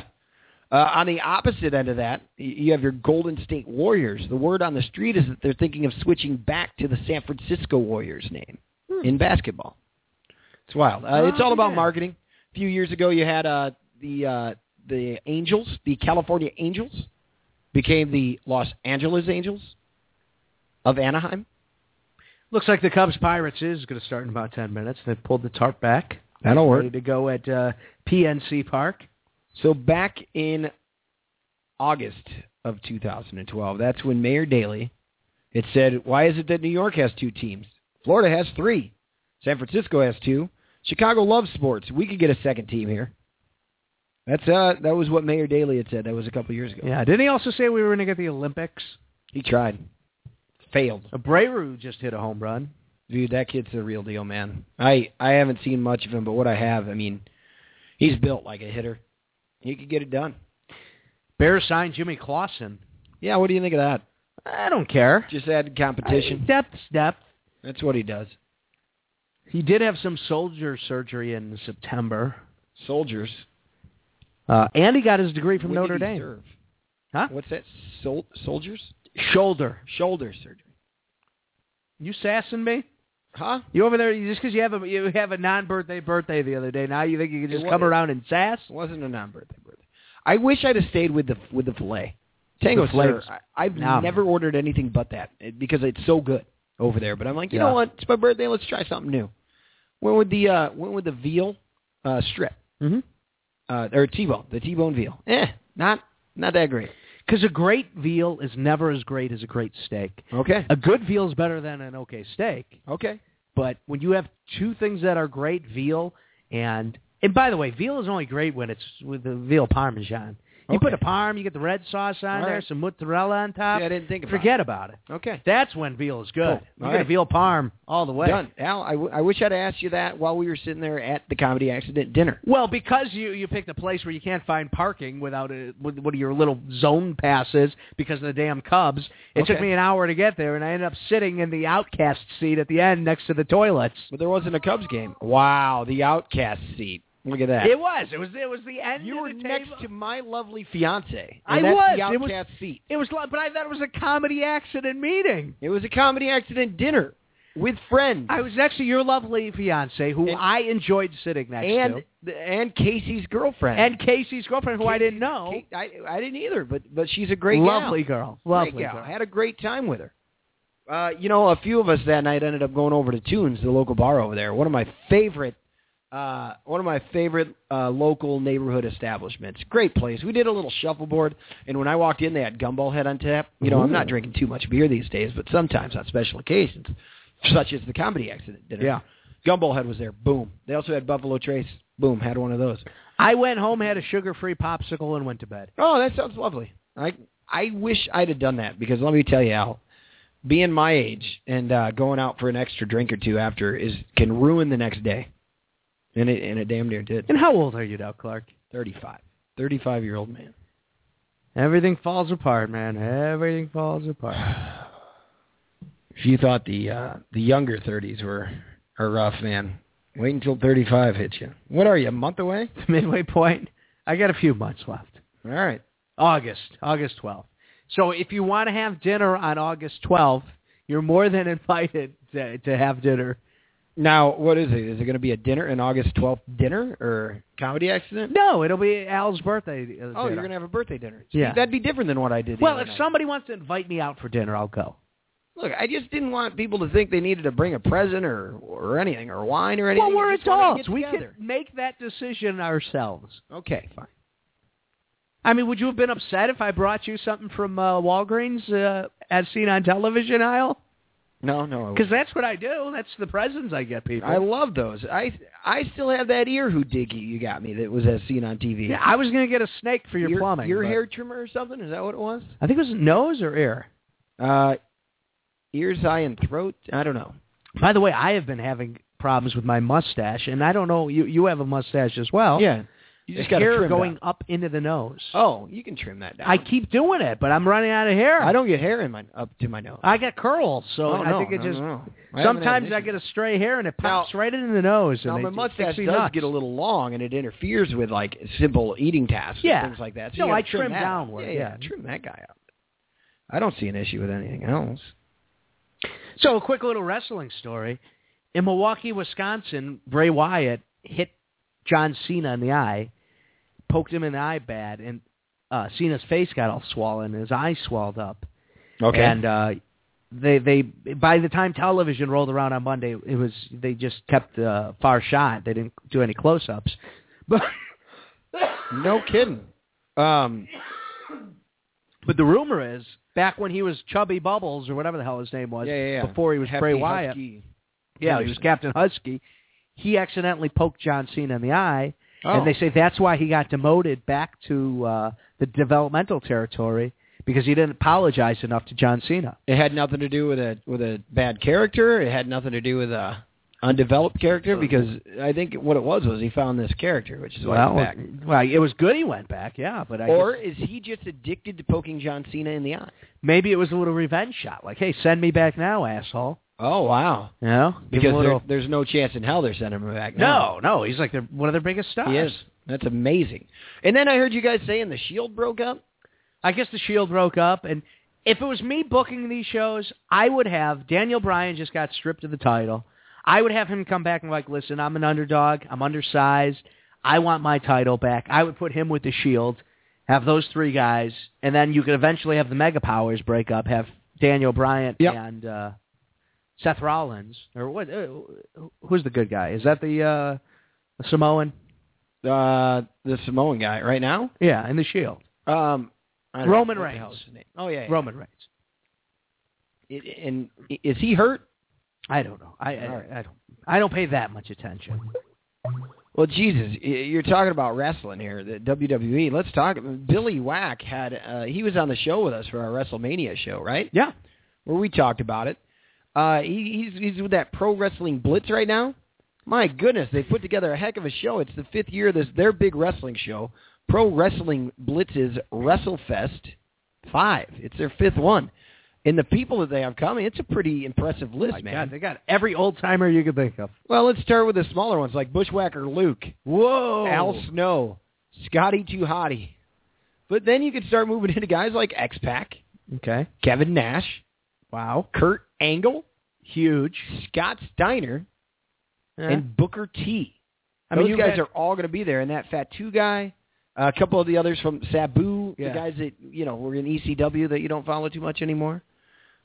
Uh, on the opposite end of that, y- you have your Golden State Warriors. The word on the street is that they're thinking of switching back to the San Francisco Warriors name Hmm. in basketball. It's wild. Uh, it's Oh, all about yeah. marketing. A few years ago, you had uh, the uh, the Angels, the California Angels, became the Los Angeles Angels of Anaheim. Looks like the Cubs Pirates is going to start in about ten minutes. They pulled the tarp back. That'll Ready to go at uh, PNC Park. So back in August of 2012, that's when Mayor Daley it said, "Why is it that New York has two teams? Florida has three. San Francisco has two. Chicago loves sports. We could get a second team here." That's uh that was what Mayor Daley had said. That was a couple years ago. Yeah. Didn't he also say we were going to get the Olympics? He tried. Failed. Abreu just hit a home run. Dude, that kid's the real deal, man. I I haven't seen much of him, but what I have, I mean, he's built like a hitter. He could get it done. Bears signed Jimmy Clausen. Yeah, what do you think of that? I don't care. Just added competition. I- Depth, depth. That's what he does. He did have some soldier surgery in September, Soldiers uh, and he got his degree from When Notre did he Dame. serve? Huh? What's that? Sol- soldiers? Shoulder. Shoulder surgery. You sassing me? Huh? You over there? Just because you have a you have a non-birthday birthday the other day, now you think you can It just wa- come around and sass? It wasn't a non-birthday birthday. I wish I'd have stayed with the with the filet. Tango The filet sir, was I, I've phenomenal. never ordered anything but that eh, because it's so good over there. But I'm like, you Yeah. know what? It's my birthday. Let's try something new. Went with the uh, went with the veal uh, strip Mm-hmm. uh, or T-bone, the T-bone veal. Eh, not not that great. Because a great veal is never as great as a great steak. Okay. A good veal is better than an okay steak. Okay. But when you have two things that are great, veal and and by the way, veal is only great when it's with the veal parmesan. You Okay. put a parm, you get the red sauce on All there, right. some mozzarella on top. Yeah, I didn't think about uh, Forget about it. it. Okay. That's when veal is good. Cool. You All get a right. veal parm all the way. Done. Al, I, w- I wish I'd asked you that while we were sitting there at the comedy accident dinner. Well, because you you picked a place where you can't find parking without a, with one of your little zone passes because of the damn Cubs. It took Okay. me an hour to get there, and I ended up sitting in the outcast seat at the end next to the toilets. But there wasn't a Cubs game. Wow, the outcast seat. Look at that. It was. It was. It was the end. you of were the next table. to my lovely fiance. I and that's The was. It was- outcast seat. It was, like- but I thought it was a comedy accident meeting. It was a comedy accident dinner with friends I was next to your lovely fiance, who And- I enjoyed sitting next and to, and Casey's girlfriend. and Casey's girlfriend, who I didn't Casey's- know. Ca- I, I didn't either, but but she's a great lovely gal. girl, Great lovely gal. girl. I had a great time with her. Uh, you know, a few of us that night ended up going over to Tunes, the local bar over there. One of my favorite, uh, one of my favorite uh, local neighborhood establishments. Great place. We did a little shuffleboard, and when I walked in, they had Gumball Head on tap. You know, I'm not Ooh. drinking too much beer these days, but sometimes on special occasions, such as the comedy accident dinner. Yeah. Gumball Head was there. Boom. They also had Buffalo Trace. Boom. Had one of those. I went home, had a sugar-free popsicle, and went to bed. Oh, that sounds lovely. I I wish I'd have done that because let me tell you, Al, being my age and uh, going out for an extra drink or two after is can ruin the next day, and it and it damn near did. And how old are you now, Clark? Thirty five. 35 year old man. Everything falls apart, man. Everything falls apart. If you thought the uh, the younger 30s were are rough, man, wait until 35 hits you. What are you, a month away? Midway point. I got a few months left. All right. August, August 12th. So if you want to have dinner on August 12th, you're more than invited to, to have dinner. Now, what is it? Is it going to be a dinner, an August 12th dinner, or comedy accident? No, it'll be Al's birthday. uh, Oh, dinner. you're going to have a birthday dinner. Yeah. That'd be different than what I did. the Well, other if night. somebody wants to invite me out for dinner, I'll go. Look, I just didn't want people to think they needed to bring a present or or anything or wine or anything. Well, we're I just wanted adults. to get We can together. make that decision ourselves. Okay, fine. I mean, would you have been upset if I brought you something from uh, Walgreens uh, as seen on television aisle? No, no, I Because wouldn't. that's what I do. That's the presents I get people. I love those. I I still have that ear who dig you you got me that was as seen on TV. yeah, I was going to get a snake for your, Ear- plumbing. ear but- hair trimmer or something. Is that what it was? I think it was nose or ear. Uh, ears, eye, and throat. I don't know. By the way, I have been having problems with my mustache, and I don't know. You you have a mustache as well. yeah, you The just got hair trim going Down. up into the nose. Oh, you can trim that down. I keep doing it, but I'm running out of hair. I don't get hair in my up to my nose. I got curls, so Oh, I no, think it no, just. no. I haven't had sometimes an I issue. get a stray hair, and it Now- pops right into the nose. Now and my it just mustache makes me does nuts. get a little long, and it interferes with like simple eating tasks Yeah. and things like that. So No, you gotta I trim trim that up. downward, Yeah, yeah, yeah. trim that guy up. I don't see an issue with anything else. So a quick little wrestling story. In Milwaukee, Wisconsin, Bray Wyatt hit John Cena in the eye, poked him in the eye bad, and uh, Cena's face got all swollen, his eyes swelled up. And uh, they they by the time television rolled around on Monday, it was they just kept uh, far shot. They didn't do any close ups. But no kidding. Um, but the rumor is back when he was Chubby Bubbles or whatever the hell his name was yeah, yeah, yeah. before he was Happy Bray Wyatt. Husky. Yeah, he was Anderson. Captain Husky. He accidentally poked John Cena in the eye, Oh. and they say that's why he got demoted back to uh, the developmental territory because he didn't apologize enough to John Cena. It had nothing to do with a with a bad character. It had nothing to do with a undeveloped character because I think what it was was he found this character, which is why he's back. well, it was good he went back, yeah, but I Or guess is he just addicted to poking John Cena in the eye? maybe it was a little revenge shot, like, "Hey, send me back now, asshole." Oh wow! You know, Give him Because a little- there, there's no chance in hell they're sending him back. now. no, no, he's like their, one of their biggest stars. he is. That's amazing. And then I heard you guys saying the Shield broke up. I guess the Shield broke up, and if it was me booking these shows, I would have Daniel Bryan just got stripped of the title. I would have him come back and be like, listen, I'm an underdog. I'm undersized. I want my title back. I would put him with the Shield, have those three guys, and then you could eventually have the Mega Powers break up, have Daniel Bryan Yep. and uh, Seth Rollins, or what? Uh, who's the good guy? Is that the uh, the Samoan? Uh, the Samoan guy right now. Yeah, and the Shield, Um, I don't Roman know what the Reigns. hell is his name. Oh yeah. yeah. Roman Reigns. I- and i- is he hurt? I don't know. I, I, All right. I don't. I don't pay that much attention. Well, Jesus, y- you're talking about wrestling here, the WWE. Let's talk. Billy Whack had uh, he was on the show with us for our WrestleMania show, right? Yeah. Where we talked about it. Uh, he, he's he's with that pro wrestling blitz right now. My goodness, they put together a heck of a show. It's the fifth year of this their big wrestling show, Pro Wrestling Blitz's WrestleFest Five. It's their fifth one, and the people that they have coming, it's a pretty impressive list, My man. God, they got every old timer you could think of. Well, let's start with the smaller ones like Bushwhacker Luke. Whoa. Al Snow, Scotty Too Hottie. But then you could start moving into guys like X Pac, Okay. Kevin Nash, Wow. Kurt Angle, Huge. Scott Steiner, And and Booker T. I mean, Those you guys had- are all going to be there, and that Fat Two guy, a couple of the others from Sabu, Yeah. the guys that you know were in ECW that you don't follow too much anymore.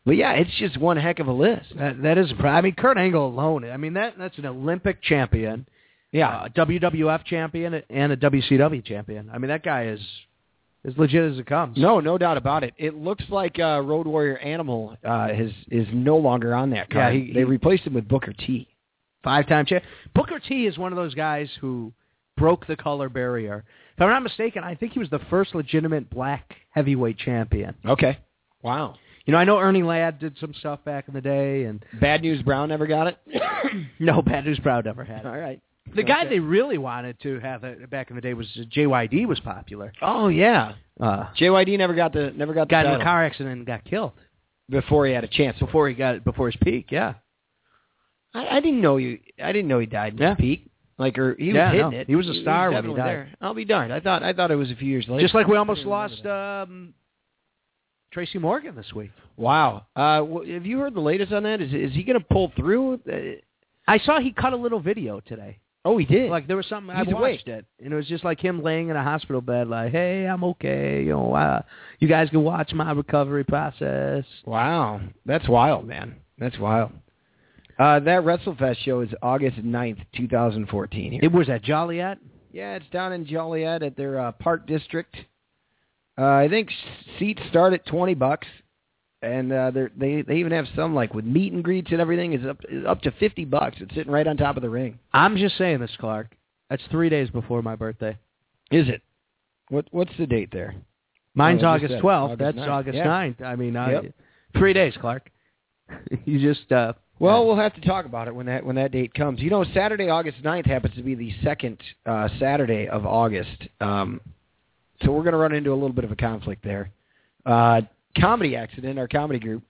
But yeah, it's just one heck of a list. that, that is. I mean, Kurt Angle alone. I mean, that that's an Olympic champion. Uh, Yeah, a WWF champion and a WCW champion. I mean, that guy is as legit as it comes. no, no doubt about it. It looks like uh, Road Warrior Animal uh, is is no longer on that Yeah, card. he- they he- replaced him with Booker T. Five-time champ. Booker T is one of those guys who broke the color barrier. If I'm not mistaken, I think he was the first legitimate black heavyweight champion. Okay. Wow. You know, I know Ernie Ladd did some stuff back in the day, and Bad News Brown never got it. no, Bad News Proud never had it. right. The guy they really wanted to have it back in the day was uh, JYD was popular. Oh yeah. Uh, JYD never got the never got the got in title a car accident and got killed before he had a chance. before he got before his peak. Yeah, I, I didn't know you. I didn't know he died in Yeah. his peak. Like or he Yeah, was hitting no. it. He was a star when he definitely died. there. I'll be darned. I thought I thought it was a few years later. just like we almost I remember lost that. um, Tracy Morgan this week. wow. Uh, wh- have you heard the latest on that? Is is he going to pull through? Uh, I saw he cut a little video today. Oh, he did. Like there was something He's I watched it, and it was just like him laying in a hospital bed, like, "Hey, I'm okay. You know, uh, you guys can watch my recovery process." wow, that's wild, man. That's wild. Uh, that WrestleFest show is August 9th, 2014. Here. It was at Joliet. yeah, it's down in Joliet at their uh, Park District. Uh, I think s- seats start at 20 bucks, and uh, they're, they they even have some like with meet and greets and everything is up is up to 50 bucks. It's sitting right on top of the ring. I'm just saying this, Clark. That's three days before my birthday. Is it? What what's the date there? Mine's Oh, I just August said 12th. August That's 9th. August Yeah. 9th. I mean, I, Yep. three days, Clark. you just uh, Well, uh, we'll have to talk about it when that when that date comes. You know, Saturday, August 9th happens to be the second uh, Saturday of August, um, so we're going to run into a little bit of a conflict there. Uh, comedy accident, our comedy group,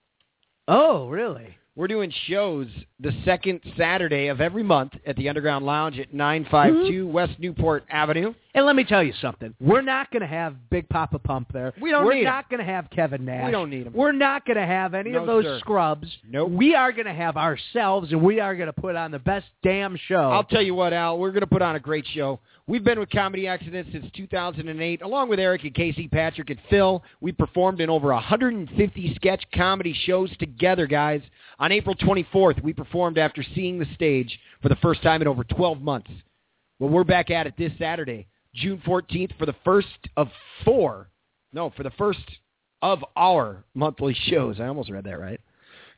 oh, really? we're doing shows the second Saturday of every month at the Underground Lounge at 952 West Newport Avenue. And let me tell you something. We're not going to have Big Papa Pump there. We don't We're need not going to have Kevin Nash. We don't need 'em. We're not going to have any No, of those sir. scrubs. Nope. We are going to have ourselves, and we are going to put on the best damn show. I'll tell you what, Al, we're going to put on a great show. We've been with Comedy Accident since 2008, along with Eric and Casey, Patrick and Phil. We performed in over 150 sketch comedy shows together, guys. On April 24th, we performed after seeing the stage for the first time in over 12 months. Well, we're back at it this Saturday, June 14th, for the first of four. No, for the first of our monthly shows. I almost read that right.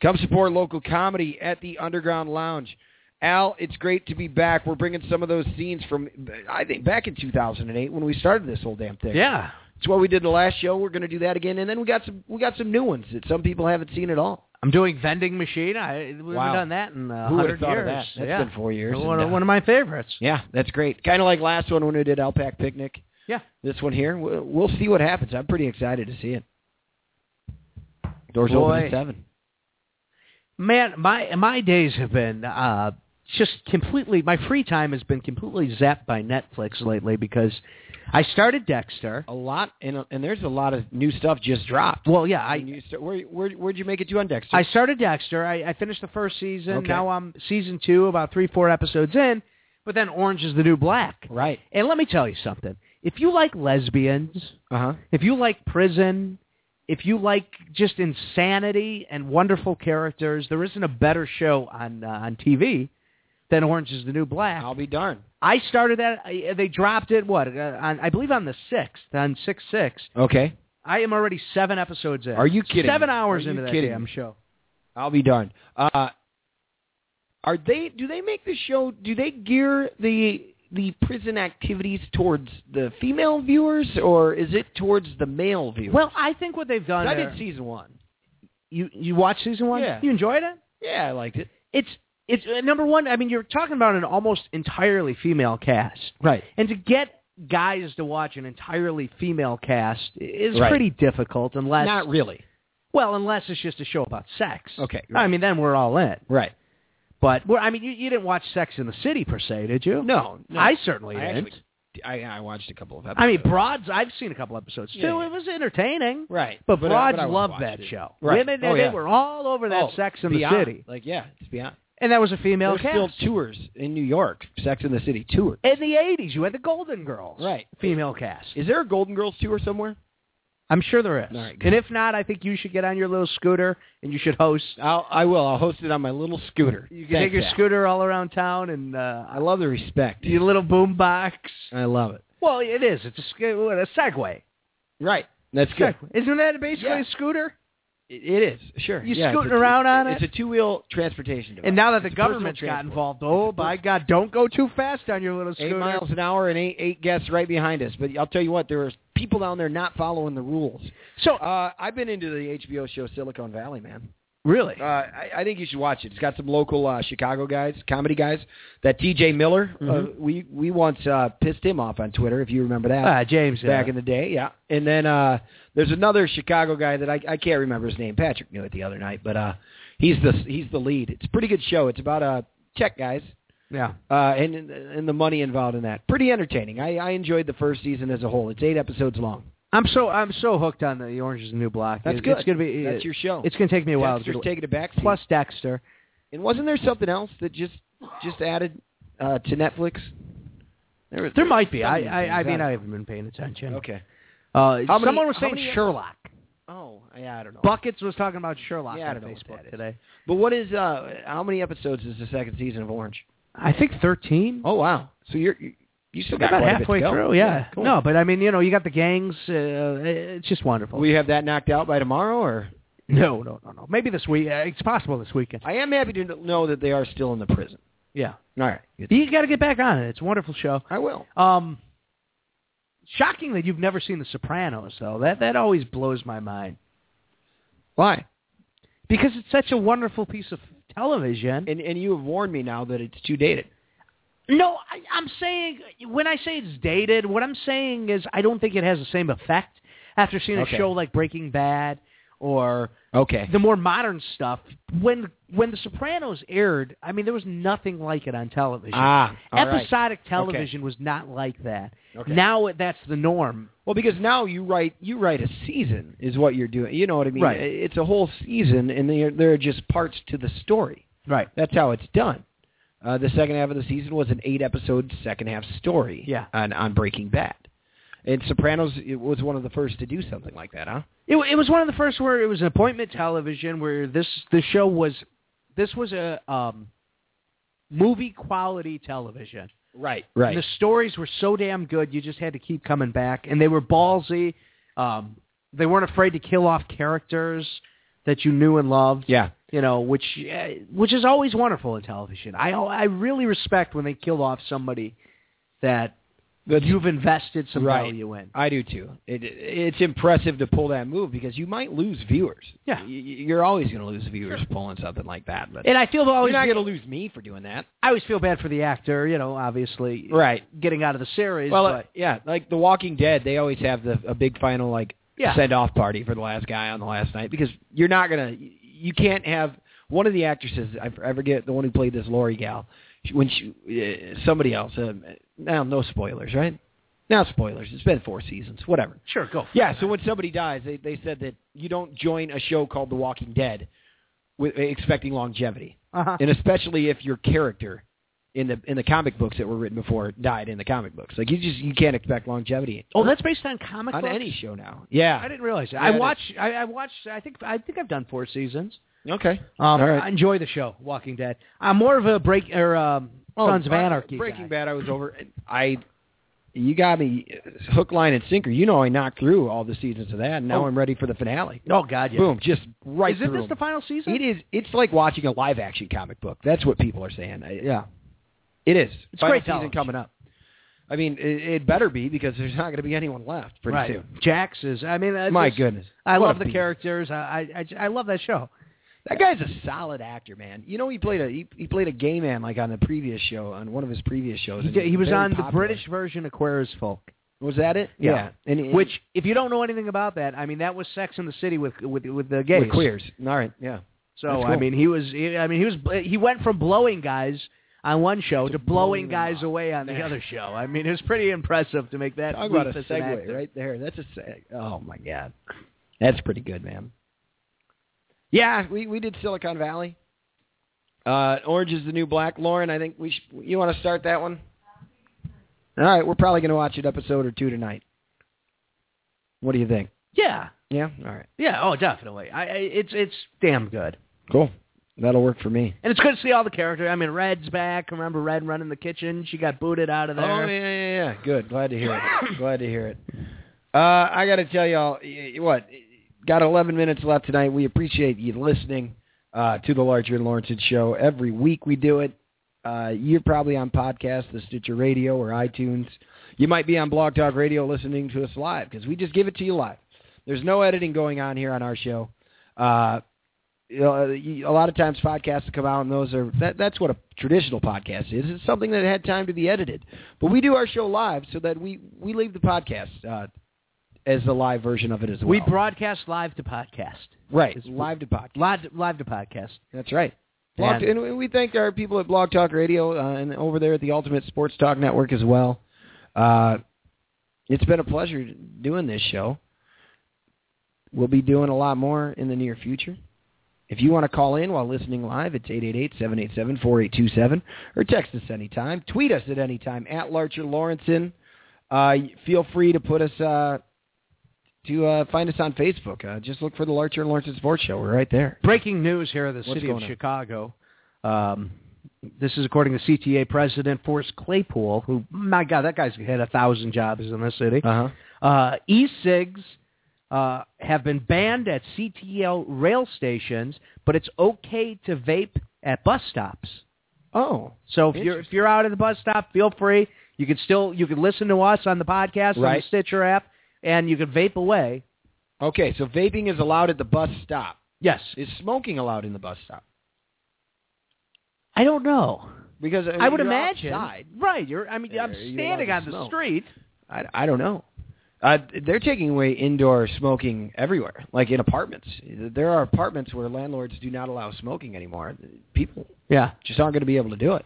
Come support local comedy at the Underground Lounge. Al, it's great to be back. We're bringing some of those scenes from, I think, back in 2008 when we started this whole damn thing. yeah. it's what we did the last show. We're going to do that again, and then we got some we got some new ones that some people haven't seen at all. I'm doing vending machine. I we Wow. haven't done that in uh, Who would 100 have thought years. of that? That's yeah. been four years. One, and, uh, one of my favorites. yeah, that's great. Kind of like last one when we did Alpac Picnic. Yeah. This one here, we'll, we'll see what happens. I'm pretty excited to see it. Doors open Boy. at seven. Man, my my days have been uh, just completely. My free time has been completely zapped by Netflix lately because I started Dexter. A lot, and and there's a lot of new stuff just dropped. Well, yeah, And I you start, where, where where'd you make it to on Dexter? I started Dexter. I, I finished the first season. Okay. Now I'm season two, about three four episodes in. But then Orange is the New Black. right. And let me tell you something. If you like lesbians, Uh huh. if you like prison, if you like just insanity and wonderful characters, there isn't a better show on uh, on TV than Orange is the New Black. I'll be darned. I started that. I, they dropped it. What? Uh, on, I believe on the sixth, on six six. Okay. I am already seven episodes in. Are you kidding Seven me? hours Are you into that kidding damn me? show. I'll be darned. Uh, are they? Do they make the show? Do they gear the the prison activities towards the female viewers, or is it towards the male viewers? Well, I think what they've done. I there- did season one. you you watched season one. Yeah. You enjoyed it. Yeah, I liked it. It's it's uh, number one. I mean, you're talking about an almost entirely female cast. Right. And to get guys to watch an entirely female cast is Right. pretty difficult unless Not really. well, unless it's just a show about sex. Okay, I right. mean, then we're all in. Right. But we're, I mean, you, you didn't watch Sex in the City per se, did you? No. no. I certainly I didn't. actually- I, I watched a couple of episodes. I mean, Broads. I've seen a couple episodes too. Yeah, yeah. It was entertaining. right. But, I- Broads I would've loved watched that it. show. Right. Women, oh, they yeah. were all over that Oh, Sex in beyond. the City, Like yeah, it's beyond. and that was a female There's cast. still tours in New York. Sex in the City tour. in the '80s, you had the Golden Girls, Right. Female cast. Is there a Golden Girls tour somewhere? I'm sure there is. All right, good. and if not, I think you should get on your little scooter and you should host. I'll, I will. I'll host it on my little scooter. You can take your scooter all around town and uh, I love the respect. your little boom box. I love it. Well, it is. It's a, sc- what, a Segway. Right. That's good. Segway. Isn't that basically Yeah. a scooter? It it is. Sure. You yeah, it's scooting a- around on it's it? It's a two-wheel transportation device. And now that It's the a personal government's got transport. involved, oh by God, don't go too fast on your little Eight scooter. miles an hour and eight, eight guests right behind us. But I'll tell you what, there are people down there not following the rules. So Uh, I've been into the HBO show Silicon Valley, man. really, Uh, I, I think you should watch it. It's got some local uh, Chicago guys, comedy guys. That TJ Miller, uh, Mhm. we we once uh, pissed him off on Twitter, if you remember that. Ah, James, uh, back in the day, yeah. And then uh there's another Chicago guy that I, I can't remember his name. Patrick knew it the other night, but uh he's the he's the lead. It's a pretty good show. It's about uh Czech guys yeah, uh and and the money involved in that. Pretty entertaining. I I enjoyed the first season as a whole. It's 8 episodes long. I'm so I'm so hooked on the, the Orange is the New Black. That's It- good. It's gonna be That's your show. It's gonna take me a while. to Dexter's get- taking it back. Plus Dexter. and wasn't there something else that just just added uh, to Netflix? There, was- There might be. so I many I, I things. mean, I haven't been paying attention. okay. Uh, How many- someone was how saying many- Sherlock. Oh, yeah, I don't know. Buckets was talking about Sherlock Yeah, I on don't know what Facebook that is. today. But what is uh? How many episodes is the second season of Orange? I think 13. Oh wow! So you're you, you still got about quite a bit halfway to go. through, yeah. cool. No, but I mean, you know, you got the gangs. Uh, it's just wonderful. Will you have that knocked out by tomorrow, or? no, no, no, no. Maybe this week. Uh, it's possible this weekend. I am happy to know that they are still in the prison. Yeah. All right, Good. You got to get back on it. It's a wonderful show. I will. Um, shocking that you've never seen The Sopranos, though. That that always blows my mind Why? because it's such a wonderful piece of television. And and you have warned me now that it's too dated. no, I, I'm saying when I say it's dated, what I'm saying is I don't think it has the same effect after seeing Okay. a show like Breaking Bad or Okay. the more modern stuff. When when The Sopranos aired, I mean there was nothing like it on television. Ah, all right. Episodic television was not like that. Okay. Now it- that's the norm. Well, because now you write you write a season is what you're doing. You know what I mean? Right. It's a whole season, and there there are just parts to the story. Right. That's how it's done. Uh, the second half of the season was an eight episode second half story. Yeah. On on Breaking Bad, and Sopranos it was one of the first to do something like that, huh? It, wa- it was one of the first where it was an appointment television where this the show was this was a um, movie quality television. Right. And Right. the stories were so damn good, you just had to keep coming back, and they were ballsy. Um, they weren't afraid to kill off characters that you knew and loved. yeah. you know, which uh, which is always wonderful in television. I I really respect when they kill off somebody that That's- you've invested some Right. value in. I do too. It, it's impressive to pull that move because you might lose viewers. Yeah. Y- you're always going to lose viewers pulling something like that. But And I feel always you're not going to lose me for doing that. I always feel bad for the actor, you know, obviously Right. getting out of the series. Well, uh, but, yeah, like The Walking Dead, they always have the a big final like Yeah. send off party for the last guy on the last night because you're not gonna, you can't have one of the actresses. I, I forget the one who played this Lori gal. she- When she, uh, somebody else. Um, now, no spoilers, right? Now, spoilers. It's been four seasons, whatever. sure, go. For Yeah, it. so when somebody dies, they they said that you don't join a show called The Walking Dead with expecting longevity, Uh-huh. and especially if your character in the in the comic books that were written before died in the comic books. Like you just you can't expect longevity oh, that's based on comic on books? any show now. Yeah. I didn't realize that. Yeah, I it is. watch. I, I watch. I think. I think I've done four seasons. okay. Um, All right. I enjoy the show, Walking Dead. I'm more of a break or um, Sons of uh, Anarchy. Breaking guy. Bad. I was over. I. You got me uh, hook, line, and sinker. You know I knocked through all the seasons of that, and now Oh. I'm ready for the finale. Oh God, yeah. Boom, just right Isn't through this 'em. the final season? It is. It's like watching a live action comic book. That's what people are saying. I- Yeah. It is. It's Final great season television. coming up. I mean, it, it better be because there's not going to be anyone left pretty right. soon. Jax is. I mean, I My just- goodness, I What love a the beast. characters. I, I- I j- I love that show. That guy's a solid actor, man. You know, he played a he, he played a gay man like on the previous show on one of his previous shows. He, and did- he was very on the popular. British version of Queer as Folk, Was that it? Yeah. And, and- which, if you don't know anything about that, I mean, that was Sex in the City with with with the gays. with queers. All right. Yeah. So That's I cool. mean, he was. He, I mean, he was. He went from blowing guys on one show to, blowing blowing them guys up. away on the other show. I mean, it was pretty impressive to make that. Talk about a leap as an segue actor. right there. That's a seg. Oh my god, that's pretty good, man. Yeah, we we did Silicon Valley. Uh, Orange is the new black, Lauren. I think we sh- you want to start that one. All right, we're probably going to watch an episode or two tonight. What do you think? Yeah, Yeah. All right. yeah. Oh, definitely. I, I it's it's damn good, Cool. That'll work for me. and it's good to see all the characters. I mean, Red's back. Remember Red running the kitchen? She got booted out of there. Oh yeah, yeah, yeah. Good. Glad to hear it. Glad to hear it. Uh, I got to tell y'all y- y- what. Got 11 minutes left tonight. We appreciate you listening uh, to the Larger and Lawrence show every week. We do it. Uh, you're probably on podcast, the Stitcher Radio or iTunes. You might be on Blog Talk Radio listening to us live because we just give it to you live. There's no editing going on here on our show. Uh, you know, you- a lot of times podcasts come out and those are that, that's what a traditional podcast is. It's something that had time to be edited, but we do our show live so that we we leave the podcast uh, as the live version of it as well. We broadcast live to podcast. right it's- live to podcast. Live to, live to podcast. That's right. Blog, And- and, we- we thank our people at Blog Talk Radio uh, and over there at the Ultimate Sports Talk Network as well. Uh, it's been a pleasure doing this show. We'll be doing a lot more in the near future. If you want to call in while listening live, it's 888-787-4827 or text us anytime. Tweet us at any time at Larcher Lawrenson. Uh, feel free to put us uh, to uh, find us on Facebook. Uh, just look for the Larcher and Lawrenson Sports Show. We're right there. Breaking news here in the What's city of going on? Chicago. Um, this is according to CTA President Forrest Claypool, who, my God, that guy's had a thousand jobs in the city. Uh huh. Uh, e-cigs uh, have been banned at CTL rail stations, but it's okay to vape at bus stops. Oh, So if you're if you're out at the bus stop, feel free. You can still you can listen to us on the podcast on Right. the Stitcher app, and you can vape away. okay. So vaping is allowed at the bus stop. Yes, Is smoking allowed in the bus stop? I don't know. Because I would you're imagine. outside. Right, you're. I mean, There, I'm you're standing allowed on to the smoke. street. I, I don't know. Uh, they're taking away indoor smoking everywhere, like in apartments. There are apartments where landlords do not allow smoking anymore. People Yeah, just aren't going to be able to do it.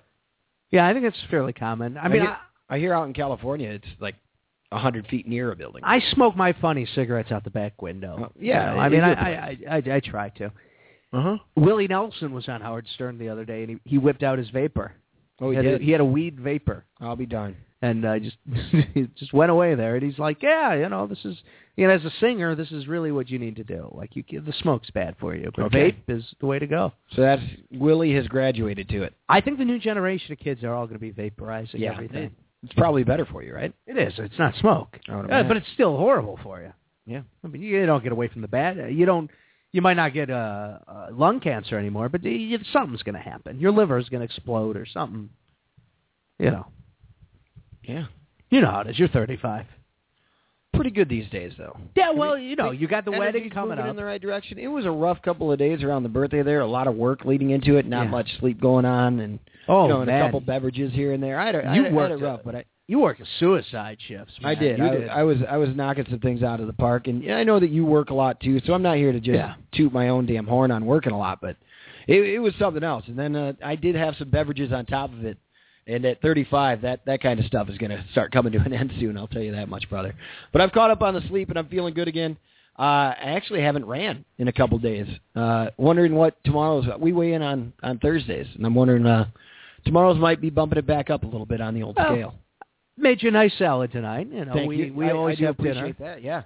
yeah. I think that's fairly common. I mean, hear, I, I hear out in California, it's like a hundred feet near a building. I smoke my funny cigarettes out the back window. Oh, yeah, You know, I it- mean, it's I, your I, I I I try to. uh-huh. Willie Nelson was on Howard Stern the other day, and he, he whipped out his vapor. Oh, he had did. A, he had a weed vapor. I'll be darned. and uh, just it just went away there. And he's like, yeah, you know, this is you know, as a singer, this is really what you need to do. Like you, the smoke's bad for you, but Okay. vape is the way to go. So that's Willie has graduated to it. I think the new generation of kids are all going to be vaporizing Yeah. everything. It's probably better for you, right? It is. It's not smoke, I would Uh, imagine. but it's still horrible for you. Oh, Yeah. I mean, you don't get away from the bad. Uh, You don't. You might not get uh, uh, lung cancer anymore, but y y- something's going to happen. Your liver is going to explode or something. You know. Yeah. You know how it is. You're 35. Pretty good these days, though. Yeah, mean, well, you know, you got the Energy's wedding coming moving up. in the right direction. It was a rough couple of days around the birthday there. A lot of work leading into it. Not Yeah. much sleep going on, and Oh, you know, and a man. couple beverages here and there. I had a, I You had a- I had a worked rough, a- but I, You work a suicide shifts. I man. did. You I, I was I was knocking some things out of the park, and yeah, I know that you work a lot too. So I'm not here to just Yeah. toot my own damn horn on working a lot, but it, it was something else. And then uh, I did have some beverages on top of it. And at 35, that that kind of stuff is going to start coming to an end soon. I'll tell you that much, brother. But I've caught up on the sleep, and I'm feeling good again. Uh, I actually haven't ran in a couple days. Uh, wondering what tomorrow's. We weigh in on on Thursdays, and I'm wondering uh, tomorrow's might be bumping it back up a little bit on the old Well, scale. made you a nice salad tonight. You know, Thank we you. we I- always I do have dinner. appreciate that. Yeah,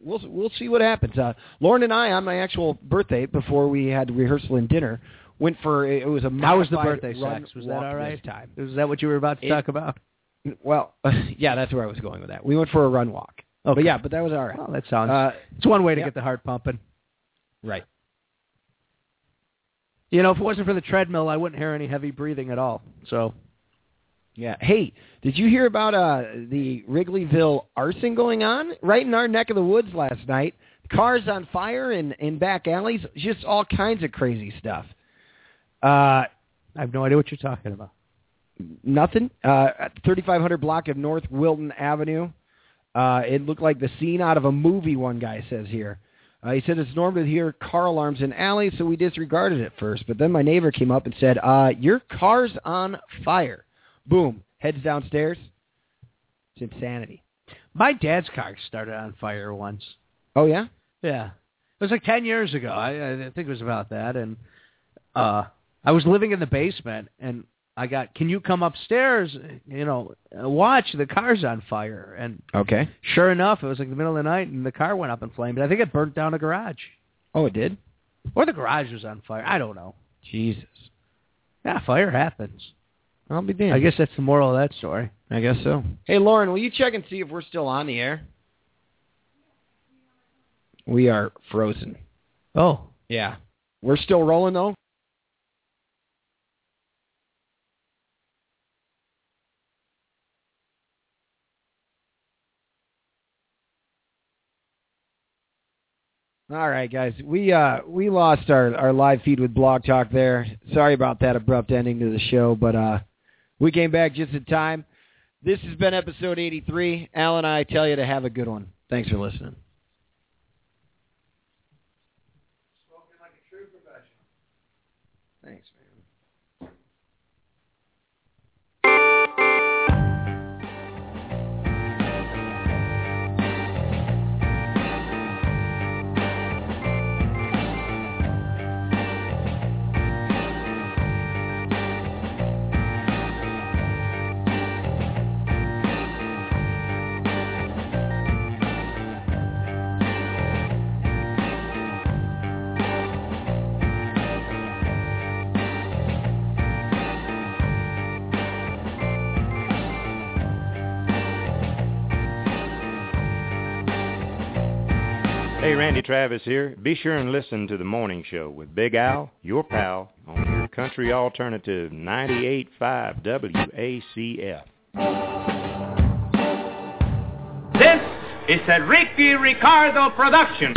we'll we'll see what happens. Uh, Lauren and I on my actual birthday before we had rehearsal and dinner went for it was a How was the modified birthday run sex? Was that walk all right? this time? Is that what you were about to It- talk about? Well, yeah, that's where I was going with that. We went for a run walk. Okay. But yeah, but that was all right. Well, that sounds. Uh, it's one way to yeah. get the heart pumping. right. You know, if it wasn't for the treadmill, I wouldn't hear any heavy breathing at all. So Yeah. Hey, did you hear about uh the Wrigleyville arson going on right in our neck of the woods last night? Cars on fire in in back alleys, just all kinds of crazy stuff. Uh I have no idea what you're talking about. nothing. Uh, at the 3500 block of North Wilton Avenue. Uh, it looked like the scene out of a movie, one guy says here. Uh, he said it's normal to hear car alarms in alleys, so we disregarded it first. But then my neighbor came up and said, uh, your car's on fire. Boom. Heads downstairs. It's insanity. My dad's car started on fire once. Oh, yeah? Yeah. It was like 10 years ago. I, I think it was about that. And uh, I was living in the basement, and I got, can you come upstairs? You know, uh, watch, the car's on fire. And Okay. sure enough, it was like the middle of the night, and the car went up in flames. I think it burnt down a garage. Oh, it did? Or the garage was on fire. I don't know. Jesus. Yeah, fire happens. I'll be damned. I guess that's the moral of that story. I guess so. Hey, Lauren, will you check and see if we're still on the air? We are frozen. Oh, Yeah. We're still rolling though. All right, guys. We uh we lost our our live feed with Blog Talk there. Sorry about that abrupt ending to the show, but uh we came back just in time. This has been episode 83. Al and I tell you to have a good one. Thanks for listening. Thanks, man. Hey, Randy Travis here. Be sure and listen to The Morning Show with Big Al, your pal, on your country alternative 98.5 WACF. This is a Ricky Ricardo production.